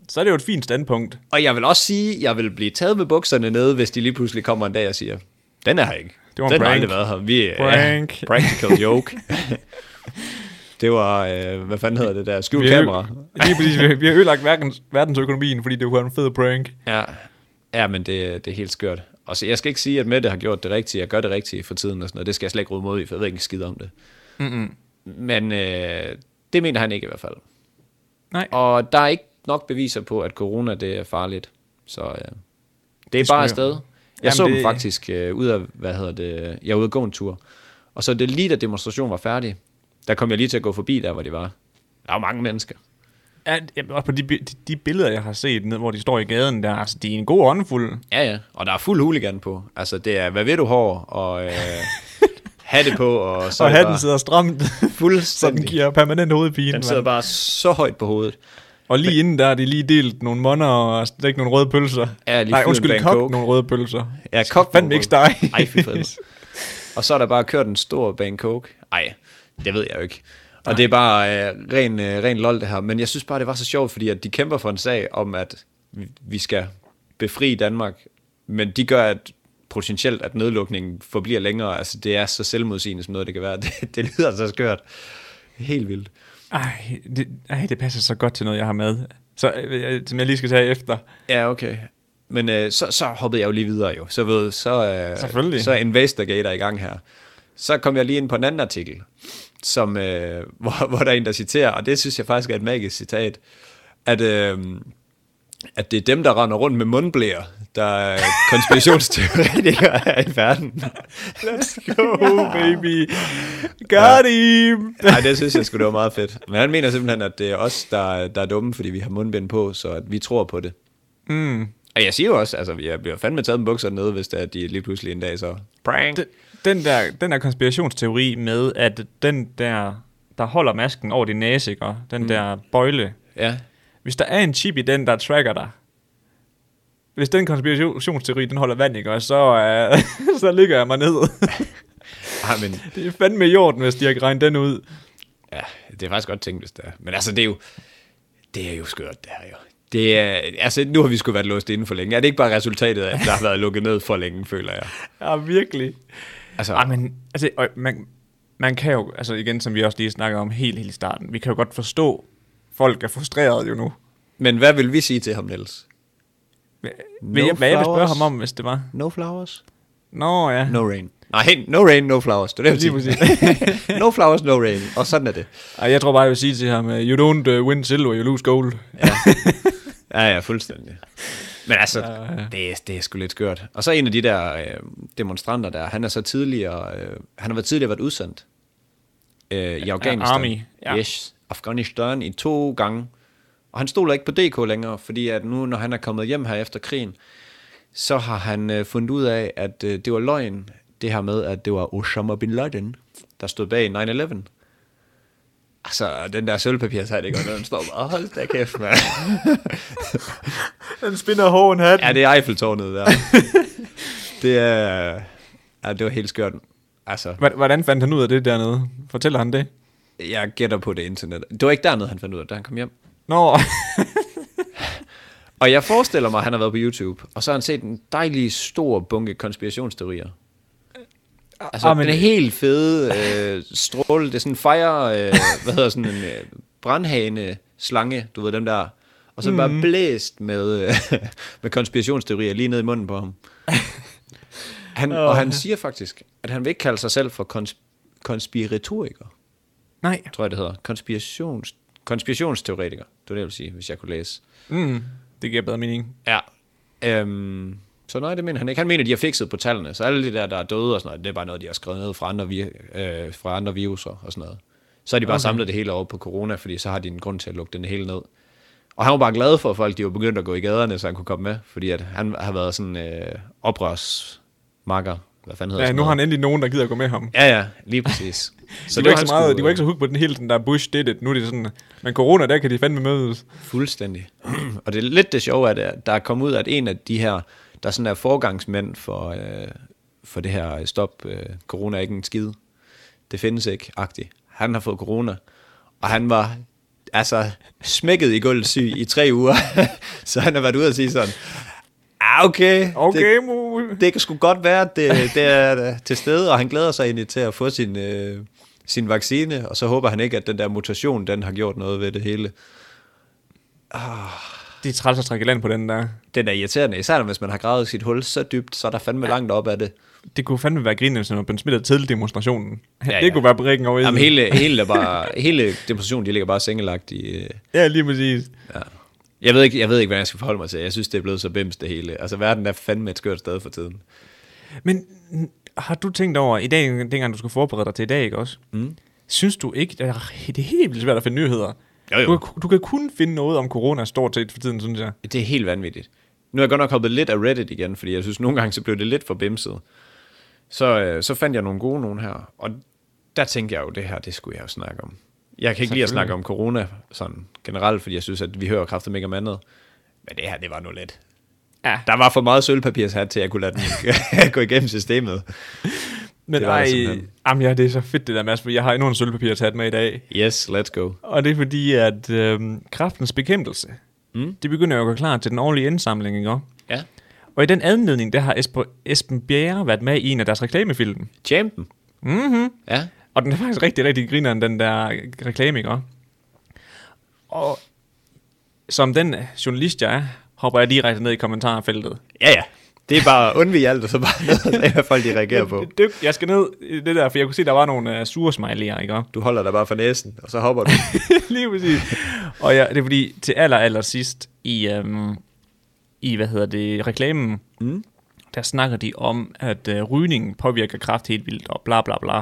Så er det jo et fint standpunkt. Og jeg vil også sige, at jeg vil blive taget med bukserne nede, hvis de lige pludselig kommer en dag og siger, den er her ikke. Det var en den har prank. aldrig været her. Vi, er- Prank." Ja, practical joke. det var, øh, hvad fanden hedder det der, skjult kamera. Lige præcis, vi, vi har ødelagt verdens, verdensøkonomien, fordi det var en fed prank. Ja, ja men det, det er helt skørt. Og så jeg skal ikke sige, at Mette har gjort det rigtige, jeg gør det rigtige for tiden og sådan noget. Det skal jeg slet ikke råde mod i, for jeg ved ikke en skid om det. Mm-mm. Men øh, det mener han ikke i hvert fald. Nej. Og der er ikke nok beviser på, at corona det er farligt. Så øh, det er Det bare smager. afsted. Jeg Jamen, så det- dem faktisk øh, ud af, hvad hedder det, jeg var ude at gå en tur. Og så det lige da demonstrationen var færdig, der kom jeg lige til at gå forbi der, hvor de var. Der var mange mennesker. Ja, jamen, og på de, bi- de, de billeder, jeg har set, ned, hvor de står i gaden, der, altså, de er en god åndfuld. Ja, ja. Og der er fuld hooligan på. Altså, det er, hvad ved du, hår, og øh, hatte på, og så Så og er det hatten bare sidder stramt, så den fuldstændig. giver permanent hovedpine. Den sidder mand. bare så højt på hovedet. Og lige inden der har de lige delt nogle monner og altså, stegt nogle røde pølser. Ja, lige Nej, fyret en undskyld, bag kok coke. nogle røde pølser. Ja, Så kok Fandme nogle ikke steg. røde- Ej, fy fanden. Og så er der bare kørt en stor bane coke. Ej, det ved jeg jo ikke. Og det er bare øh, ren, øh, ren lol det her. Men jeg synes bare, det var så sjovt, fordi at de kæmper for en sag om, at vi- vi skal befri Danmark. Men de gør, at potentielt, at nedlukningen forbliver længere. Altså, det er så selvmodsigende, som noget det kan være. Det, det lyder så skørt. Helt vildt. Ej det, ej, det passer så godt til noget, jeg har med. Så, øh, som jeg lige skal tage efter. Ja, okay. Men øh, så, så hoppede jeg jo lige videre jo. Så, ved, så, øh, Selvfølgelig. så er Investigator i gang her. Så kom jeg lige ind på en anden artikel, som, øh, hvor, hvor der er en, der citerer, og det synes jeg faktisk er et magisk citat, at, øh, at det er dem, der render rundt med mundblæer, der er konspirationsteoretikere her i verden. Let's go, Oh, baby. Got him. Nej, det synes jeg skulle det var meget fedt. Men han mener simpelthen, at det er os, der, der er dumme, fordi vi har mundbind på, så at vi tror på det. Mm. Og jeg siger jo også, altså, jeg bliver fandme taget med bukserne nede, hvis det er, at de lige pludselig en dag så... Prank! Den, den, der, den der konspirationsteori med, at den der, der holder masken over din næse, ikke? og den mm. der bøjle, Ja. hvis der er en chip i den, der tracker dig, hvis den konspirationsteori, den holder vand, ikke? Og så, øh, så ligger jeg mig ned. Ej, men, det er fandme i orden, hvis de har regnet den ud. ja, det er faktisk godt tænkt, hvis det er. Men altså, det er jo, det er jo skørt, det her jo. Det er, altså, nu har vi sgu været låst inden for længe. Er det ikke bare resultatet af, at der har været lukket ned for længe, føler jeg? Ja, virkelig. Altså, Ej, men, altså, øh, man, man kan jo, altså igen, som vi også lige snakkede om helt, helt i starten, vi kan jo godt forstå, folk er frustreret jo nu. men hvad vil vi sige til ham, Niels? Hvad, No no jeg, hvad jeg vil spørge flowers. ham om, hvis det var? No flowers? Nå ja. No rain. Nej, hey, no rain, no flowers. Det er det, jeg vil Lige sige. no flowers, no rain. Og sådan er det. Ej, jeg tror bare, jeg vil sige til ham, øh, you don't øh, win silver, you lose gold. Ja, ja, fuldstændig. Men altså, det, er- det er sgu lidt skørt. Og så en af de der øh, demonstranter der, han er så tidligere, øh, han har været tidligere været udsendt øh, i Afghanistan. Army, ja. Yes, Afghanistan i to gange. Og han stoler ikke på DK længere, fordi at nu, når han er kommet hjem her efter krigen, så har han øh, fundet ud af, at øh, det var løgn, det her med, at det var Osama Bin Laden, der stod bag 9-11. Altså, den der sølvpapir, så er det ikke noget, den står bare, hold da kæft, mand. Den spinder hården hat. Ja, det er Eiffeltårnet der. det er... Ja, det var helt skørt. Altså, Hvordan fandt han ud af det dernede? Fortæller han det? Jeg gætter på det internet. Det var ikke dernede, han fandt ud af, da han kom hjem. Nå, Og jeg forestiller mig, at han har været på YouTube, og så har han set en dejlig stor bunke konspirationsteorier. Altså, ah, ah, men- men... den er helt fede øh, stråle. Det er sådan en fire, øh, hvad hedder sådan en øh, brandhane slange, du ved dem der. Og så mm. Mhm. bare blæst med, øh, med konspirationsteorier lige ned i munden på ham. Han, oh. Og han siger faktisk, at han vil ikke kalde sig selv for kons- konspiratoriker nej. tror jeg det hedder, konspirations, konspirationsteoretiker, det var det, jeg ville sige, hvis jeg kunne læse. Mm, det giver bedre mening. Ja. Øhm, så nej, det mener han ikke. Han mener, de har fikset på tallene, så alle de der, der er døde og sådan noget, det er bare noget, de har skrevet ned fra andre, vir- øh, fra andre viruser og sådan noget. Så har de bare okay. samlet det hele over på corona, fordi så har de en grund til at lukke den hele ned. Og han var bare glad for, at folk de var begyndt at gå i gaderne, så han kunne komme med, fordi at han har været sådan øh, oprørsmakker, hvad fanden hedder Ja, sådan nu har noget. han endelig nogen, der gider gå med ham. Altså, Ja, ja, lige præcis. Så de, var ikke han så meget, skulle- de var ikke så hooked på den hele den der Bush did it. Nu er det sådan, men corona, der kan de fandme mødes. Fuldstændig. og det er lidt det sjove, at øh, der er kommet ud, at en af de her, der sådan er forgangsmænd for, øh, for det her øh, stop, øh, corona er ikke en skid, det findes ikke, agtigt. Han har fået corona, og han var altså smækket i gulvet syg i tre uger, så han har været ude og sige sådan, ah, okay, Okay, det, mu. det, det kan sgu godt være, at det, det er øh, til stede, og han glæder sig egentlig til at få sin, øh, sin vaccine, og så håber han ikke, at den der mutation, den har gjort noget ved det hele. De er træls at trække i land på den der. Den er irriterende, især hvis man har gravet sit hul så dybt, så er der fandme langt op af det. Det kunne fandme være grinende, hvis man var blevet smittet til demonstrationen. Ja, Ja, det ja. kunne være prikken over i. Jamen, hele, hele, er bare, hele demonstrationen, de ligger bare sengelagt i... øh, Ja, lige præcis. Ja. Jeg, ved ikke, jeg ved ikke, hvad jeg skal forholde mig til. Jeg synes, det er blevet så bims det hele. Altså, verden er fandme et skørt sted for tiden. Men n- har du tænkt over, i dag, dengang du skulle forberede dig til i dag, ikke også? Mm. Synes du ikke, det er, det er helt vildt svært at finde nyheder? Jo, jo. Du, kan- du kan kun finde noget om corona stort set for tiden, synes jeg. Det er helt vanvittigt. Nu er jeg godt nok hoppet lidt af Reddit igen, fordi jeg synes, nogle gange så blev det lidt for bimset. Så, øh, så fandt jeg nogle gode nogen her, og der tænkte jeg jo, det her, det skulle jeg jo snakke om. Jeg kan ikke lide at snakke om corona sådan generelt, fordi jeg synes, at vi hører kraftigt ikke om andet. Men det her, det var nu let. Ja. Der var for meget sølvpapirshat til, at jeg kunne lade den gå igennem systemet. Men Det var det ej, simpelthen. jamen, ja, det er så fedt det der, Mads, for jeg har endnu en sølvpapir at tage med i dag. Yes, let's go. Og det er fordi, at øh, kraftens bekæmpelse, mm. det begynder jo at gå klar til den årlige indsamling, ikke? også? Ja. Og i den anledning, der har Esp- Esben Bjerre været med i en af deres reklamefilm. Champen. Mhm. Ja. Og den er faktisk rigtig, rigtig grineren, den der reklame, ikke? også? Og som den journalist, jeg er, hopper jeg direkte ned i kommentarfeltet. Ja, ja. Det er bare at undvige alt, og så bare ned og se, hvad folk de reagerer på. Dyk, jeg skal ned i det der, for jeg kunne se, der var nogle uh, sure smiley'er, ikke? også? Du holder dig bare for næsen, og så hopper du. Lige præcis. Og ja, det er fordi, til aller, aller sidst i, øhm, i hvad hedder det, reklamen, mm. der snakker de om, at øh, rygningen påvirker kraft helt vildt, og bla bla bla.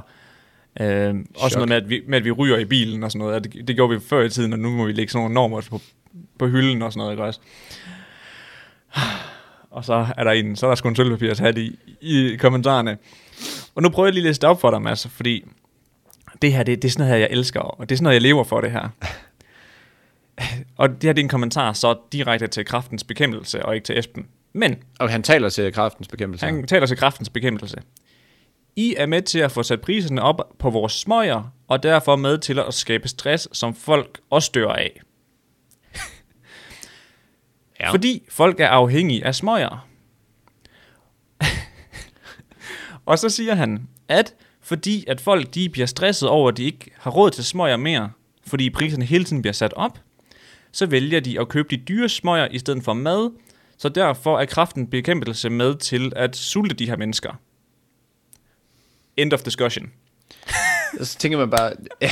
Øhm, også Chok. noget med at, vi, med, at vi ryger i bilen og sådan noget. og Det, det gjorde vi før i tiden, og nu må vi lægge sådan nogle normer på, på hylden og sådan noget, ikke også? Og så er der en, så er der sgu en sølvpapir at have i, i kommentarerne. Og nu prøver jeg lige at læse det op for dig, Mads, fordi det her, det, det er sådan noget her, jeg elsker, og det er sådan noget, jeg lever for det her. og det her, det er en kommentar så direkte til kraftens bekæmpelse, og ikke til Esben. Men og han taler til kraftens bekæmpelse. han taler til kraftens bekæmpelse. I er med til at få sat priserne op på vores smøger, og derfor med til at skabe stress, som folk også dør af. Ja. Ja. Fordi folk er afhængige af smøger. og så siger han, at fordi at folk de bliver stresset over, at de ikke har råd til smøger mere, fordi priserne hele tiden bliver sat op, så vælger de at købe de dyre smøger i stedet for mad, så derfor er kraften bekæmpelse med til at sulte de her mennesker. End of discussion. Og så tænker man bare, ja.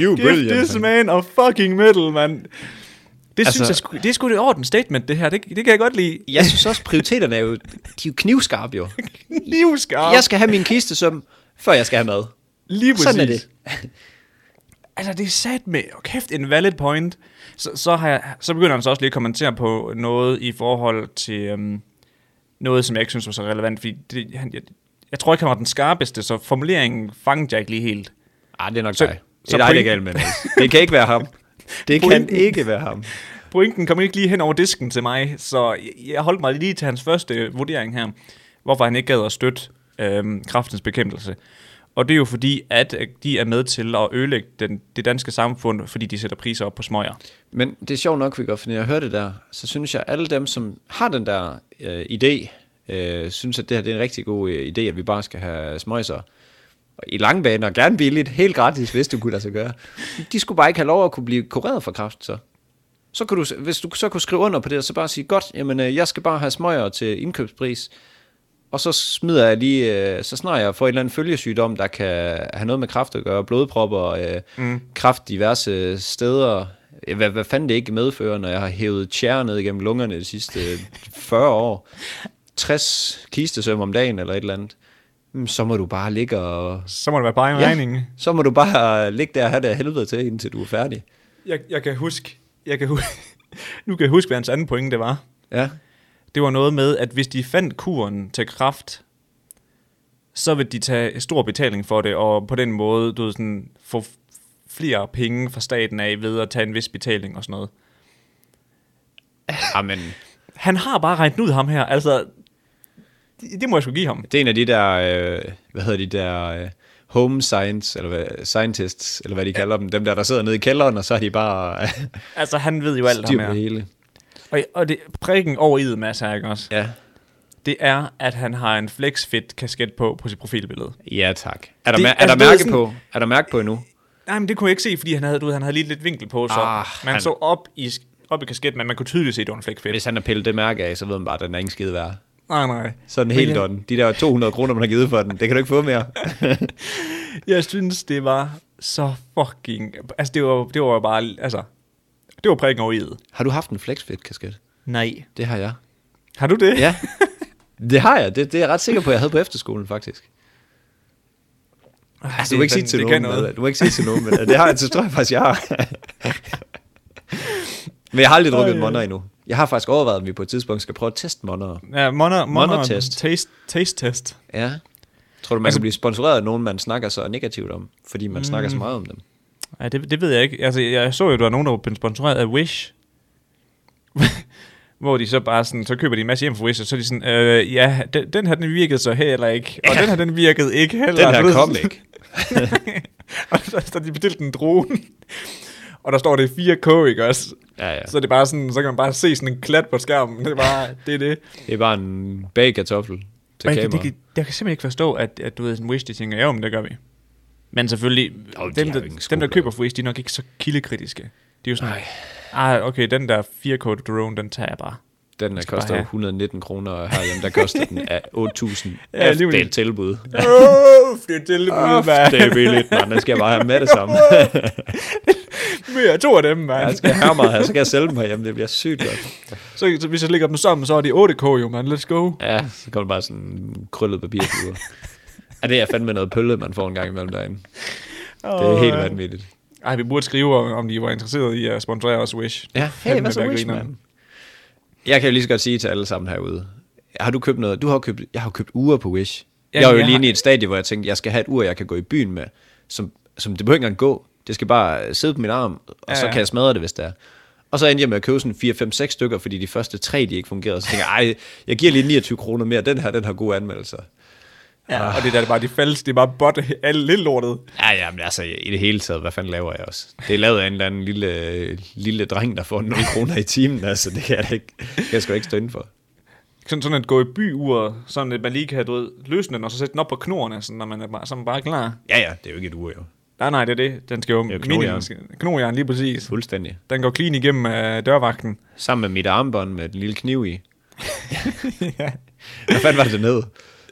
You man a fucking metal, man. Det, altså, Altså- synes jeg, sgu- det er sgu det ordentligt statement, det her. Det, det kan jeg godt lide. Jeg synes også, prioriteterne er jo, de er jo knivskarpe jo. Livskarp. Jeg skal have min kiste som, før jeg skal have mad. Lige præcis. Sådan er det. Altså, det er sat med, og kæft, en valid point. Så, så, har jeg, så begynder han så også lige at kommentere på noget i forhold til øhm, noget, som jeg ikke synes var så relevant, fordi det, han, jeg, jeg tror ikke, han var den skarpeste, så formuleringen fangede jeg ikke lige helt. Ah, det er nok Så- så, dig. Det så er dig, det pointen- er galt med. Niels. Det kan ikke være ham. Det kan Pointen- ikke være ham. Pointen kom ikke lige hen over disken til mig, så jeg, jeg holdt mig lige til hans første vurdering her, hvorfor han ikke gad at støtte øhm, kraftens bekæmpelse. Og det er jo fordi, at øh, de er med til at ødelægge den, det danske samfund, fordi de sætter priser op på smøger. Men det er sjovt nok, Viggo, for når jeg hører det der, så synes jeg, at alle dem, som har den der øh, idé, øh, synes, at det her det er en rigtig god øh, idé, at vi bare skal have smøjser. Og I lange baner, gerne billigt, helt gratis, hvis du kunne lade sig gøre. De skulle bare ikke have lov at kunne blive kureret for kræft, så. Så kunne du, hvis du så kunne skrive under på det, og så bare sige, godt, jamen, øh, jeg skal bare have smøger til indkøbspris. Og så smider jeg lige, øh, så snart jeg får en eller anden følgesygdom, der kan have noget med kræft at gøre, blodpropper, øh, mm. kræft diverse steder, øh, hvad, hvad fanden det ikke medfører, når jeg har hævet tjære ned gennem lungerne de sidste øh, 40 år, 60 kistesøm om dagen eller et eller andet, Mm, så må du bare ligge og... Så må det være bare en ja. regning. så må du bare ligge der og have det af helvede til, indtil du er færdig. Jeg, jeg kan huske, jeg kan huske, nu kan jeg huske, hvad hans anden pointe det var. Ja. Det var noget med, at hvis de fandt kuren til kraft, så vil de tage stor betaling for det, og på den måde du ved, sådan, få flere penge fra staten af ved at tage en vis betaling og sådan noget. Amen. Han har bare regnet ud ham her, altså, det, det må jeg skulle give ham. Det er en af de der, øh, hvad hedder de der, øh, home science, eller hvad, scientists, eller hvad de kalder dem, dem der, der sidder nede i kælderen, og så er de bare Altså, han ved jo alt styr ham på det her. hele. Og, og det, prikken over i det, Mads, her, ikke også? Ja. Det er, at han har en flexfit kasket på på sit profilbillede. Ja, tak. Er Det- der, det, er altså, der det er mærke sådan- på? Er der mærke på endnu? Nej, men det kunne jeg ikke se, fordi han havde, du ved, han havde lige lidt vinkel på, så Ah, man han- så op i, op i kasketten, men man kunne tydeligt se, at det var en flækfedt. Hvis han har pillet det mærke af, så ved man bare, at den er ingen skide værd. Nej, nej. Sådan Men helt jeg- done. De der 200 kroner, man har givet for den, det kan du ikke få mere. Jeg synes, det var så fucking... Altså, det var, det var bare... Altså, det var prikken over i det. Har du haft en flexfit-kasket? Nej. Det har jeg. Har du det? Ja, det har jeg. Det, det er jeg ret sikker på, jeg havde på efterskolen, faktisk. Ah, Altså, du må ikke sige fandme- til det nogen, kan noget. noget. du må ikke sige til nogen, men øh, det har jeg, det tror jeg faktisk, jeg har. men jeg har aldrig drukket Ej. en monner endnu. Jeg har faktisk overvejet, om vi på et tidspunkt skal prøve at teste monner. Ja, mono, mono, Monotest. Taste, taste test. Ja. Tror du, man altså, kan blive sponsoreret af nogen, man snakker så negativt om, fordi man mm. snakker så meget om dem? Ja, det, det ved jeg ikke. Altså, jeg så jo, der var nogen, der var blevet sponsoreret af Wish. hvor de så bare sådan, så køber de en masse hjem for Wish, og så er de sådan, øh, ja, den, den her, den virkede så heller ikke, og den her, den virkede ikke heller. Den her Du ved, kom sådan- ikke. og så så har de bestilt en drone, og der står det 4K, ikke også? Ja, ja. Så er det bare sådan, så kan man bare se sådan en klat på skærmen. Det er bare, det er det. Det er bare en bagkartoffel til Man kamera. kan, det kan, jeg kan simpelthen ikke forstå, at, at du ved, sådan Wish, de tænker, ja, men det gør vi. Men selvfølgelig, Jo, de dem, har der, jo ingen dem, der skrupler. køber for Wish, de er nok ikke så kildekritiske. De er jo sådan, Nej. ah, okay, den der 4K drone, den tager jeg bare. Den der skal bare koster jo have. 119 kroner, og herhjemme der koster den af 8.000. Ja, ja, alligevel. det er et tilbud. Åh, det er til Uff, det er billigt, man. Den skal jeg bare have med det samme. Mere to af dem, Ja, mand. den skal jeg have meget her, så kan jeg sælge dem herhjemme. Det bliver sygt godt. Så, så hvis jeg lægger dem sammen, så er de 8K jo, mand. Let's go. Ja, så kommer bare sådan en krøllet papirfigur. Ja, det er fandme noget pølle, man får en gang imellem derinde. Det er helt vanvittigt. Ej, vi burde skrive, om om de var interesseret i at sponsorere os Wish. Ja, hey, Fandme, hvad så der Wish, griner den. man? Jeg kan jo lige så godt sige til alle sammen herude. Har du købt noget? Du har jo købt, jeg har jo købt uger på Wish. Ja, Ja, jeg var jo jeg lige har- inde i et stadie, hvor jeg tænkte, jeg skal have et ur, jeg kan gå i byen med. Som, som det behøver ikke engang gå. Det skal bare sidde på min arm, og Ja, ja, så ja. kan jeg smadre det, hvis det er. Og så endte jeg med at købe sådan 4-5-6 stykker, fordi de første tre, de ikke fungerede. Så tænkte jeg, ej, jeg giver lige 29 kroner mere. Den her, den har gode anmeldelser. Ja, og det der, det er bare de falske, det er bare bot alle lidt lortet. Ja, ja, men altså i det hele taget, hvad fanden laver jeg også? Det er lavet af en eller anden lille, lille dreng, der får 0 kroner i timen, altså det kan jeg, da ikke, det kan jeg sgu da ikke stå indenfor. Sådan, sådan at gå i byuret, sådan at man lige kan du ved, løsne den, og så sætte den op på knorene, sådan, når man er bare, så er man bare klar. Ja, ja, det er jo ikke et ur, jo. Nej, nej, det er det. Den skal jo... jo knogjern. minimum- skal- Knogjern, lige præcis. Fuldstændig. Den går clean igennem øh, dørvagten. Sammen med mit armbånd med den lille kniv i. Hvad fanden var det, den hed?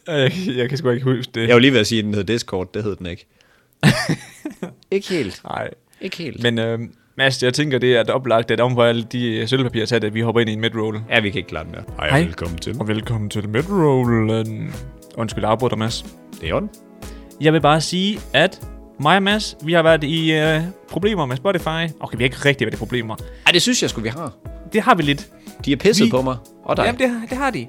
Øh, Jeg, jeg kan sgu ikke huske det. Jeg var lige ved at sige, at den hed Discord, det hed den ikke. ikke helt. Nej. Ikke helt. Men, Men øh, Mads, jeg tænker, det er et oplagt, at om for alle de øh, sølvpapirer sat, at vi hopper ind i en midroll. ja, vi kan ikke klare den mere. Hej, Hej. velkommen til. Og velkommen til midrollen. Undskyld, jeg afbryder, Mads. Det er i orden. Jeg vil bare sige, at mig og Mads, vi har været i øh, problemer med Spotify. Okay, vi har ikke rigtig været i problemer. Ej, det synes jeg sgu, vi har. Det har vi lidt. De er pisset Vi- vi... på mig. Og dig. Jamen, det, har- det har de.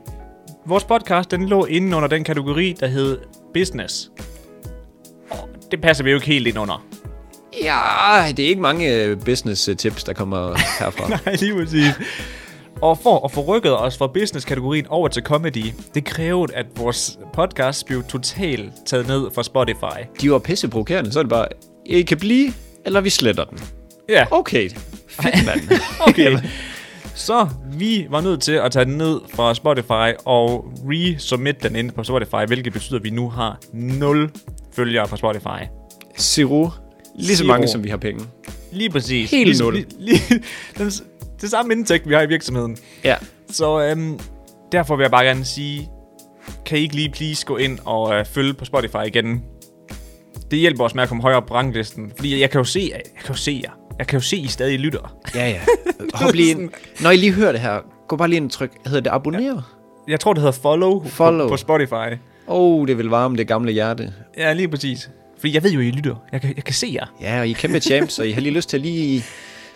Vores podcast, den lå inde under den kategori, der hed Business. Og det passer vi jo ikke helt ind under. Ja, det er ikke mange øh, business øh, tips, der kommer herfra. Nej, lige præcis. Og for at få rykket os fra business-kategorien over til comedy, det krævede, at vores podcast blev totalt taget ned fra Spotify. De var pisse provokerende, så er det bare, I kan blive, eller vi sletter den. Ja, Okay, fedt mand. okay. Så vi var nødt til at tage den ned fra Spotify og resubmit den ind på Spotify, hvilket betyder, at vi nu har 0 følgere på Spotify. Zero. Lige så Zero. mange, som vi har penge. Lige præcis. Helt Lige- nul. Lige, lige, den, s- det samme indtægt, vi har i virksomheden. Ja. Så øhm, derfor vil jeg bare gerne sige, kan I ikke lige please gå ind og øh, følge på Spotify igen? Det hjælper os med at komme højere op på ranglisten, fordi jeg kan jo se, jeg kan jo se jer. Jeg kan jo se, I stadig lytter. Ja, ja. Hop lige ind. Når I lige hører det her, gå bare lige ind og tryk. Hedder det abonnere? Jeg tror, det hedder follow, Follow. På, på Spotify. Åh, oh, det vil varme det gamle hjerte. Ja, lige præcis. Fordi jeg ved jo, I lytter. Jeg kan, jeg kan se jer. Ja, og I er kæmpe champs, og I har lige lyst til at lige...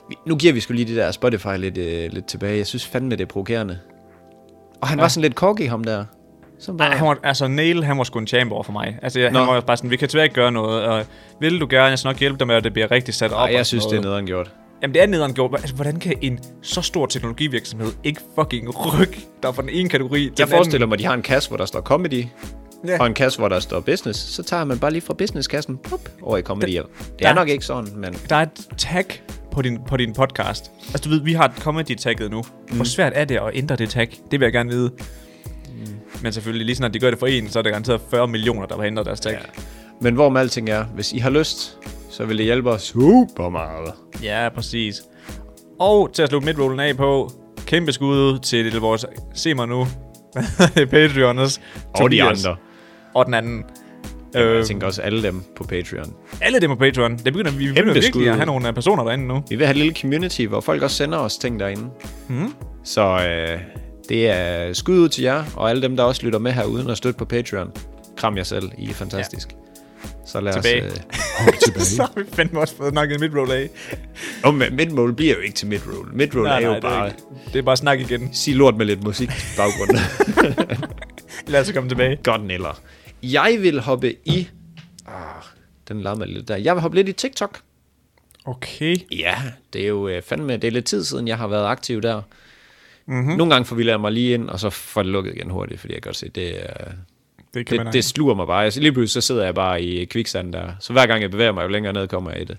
Vi- Nu giver vi sgu lige det der Spotify lidt, øh, lidt tilbage. Jeg synes fandme, det er provokerende. Og han ja. var sådan lidt cocky, ham der. Som Nej, bare... han var, altså Neil, han var sgu en champ over for mig. Altså, jeg, Nå. han var jo bare sådan, vi kan desværre ikke gøre noget, og vil du gerne, jeg skal nok hjælpe dig med, at det bliver rigtig sat op. Ej, og jeg synes, sådan det er noget. nederen gjort. Jamen, det er nederen gjort. Altså, hvordan kan en så stor teknologivirksomhed ikke fucking rykke dig fra den ene kategori til Jeg den anden? forestiller mig, at de har en kasse, hvor der står comedy, Ja. ja. og en kasse, hvor der står business. Så tager man bare lige fra businesskassen op, over i comedy. Det, det der- er nok ikke sådan, men... Der er et tag på din, på din podcast. Altså, du ved, vi har comedy tagget nu. Mm. Hvor svært er det at ændre det tag? Det vil jeg gerne vide. Mm. Men selvfølgelig, lige snart de gør det for en, så er der garanteret 40 millioner, der har ændret deres tag. Men hvorom alting er, hvis I har lyst, så vil det hjælpe os super meget. Ja, ja præcis. Og til at slutte midrollen af på, kæmpe skud til vores, se mig nu, Patreoners. Tobias. Og den anden. Øhm. Øhm, Jeg tænker også alle dem på Patreon. alle dem på Patreon. Det begynder, vi begynder skud. virkelig at have nogle øh, personer derinde nu. Vi vil have et lille community, hvor folk også sender os ting derinde. Mm. Mhm. Så øh, det er skud ud til jer, og alle dem, der også lytter med her uden at støtte på Patreon. Kram jer selv, I er fantastisk. Ja. Så lad Tilbage. os... Øh, oh, Så tilbage. har vi fandme også fået snakket midroll af. oh, men midroll bliver jo ikke til midroll. Midroll er jo det, er bare... ikke. det er bare snak igen. Sig lort med lidt musik i baggrunden. Lad os komme tilbage. Godt den eller. Jeg vil hoppe i... Ah, den larmer lidt der. Jeg vil hoppe lidt i TikTok. Okay. Ja, det er jo øh, fandme, det er lidt tid siden, jeg har været aktiv der. Mm-hmm. Nogle gange forvilder jeg mig lige ind, og så får det lukket igen hurtigt, fordi jeg kan godt se, det, øh, Det kan det, man det, det, det sluger mig bare. Jeg, lige pludselig så sidder jeg bare i kviksand der. Så hver gang jeg bevæger mig, jo længere ned kommer jeg i det.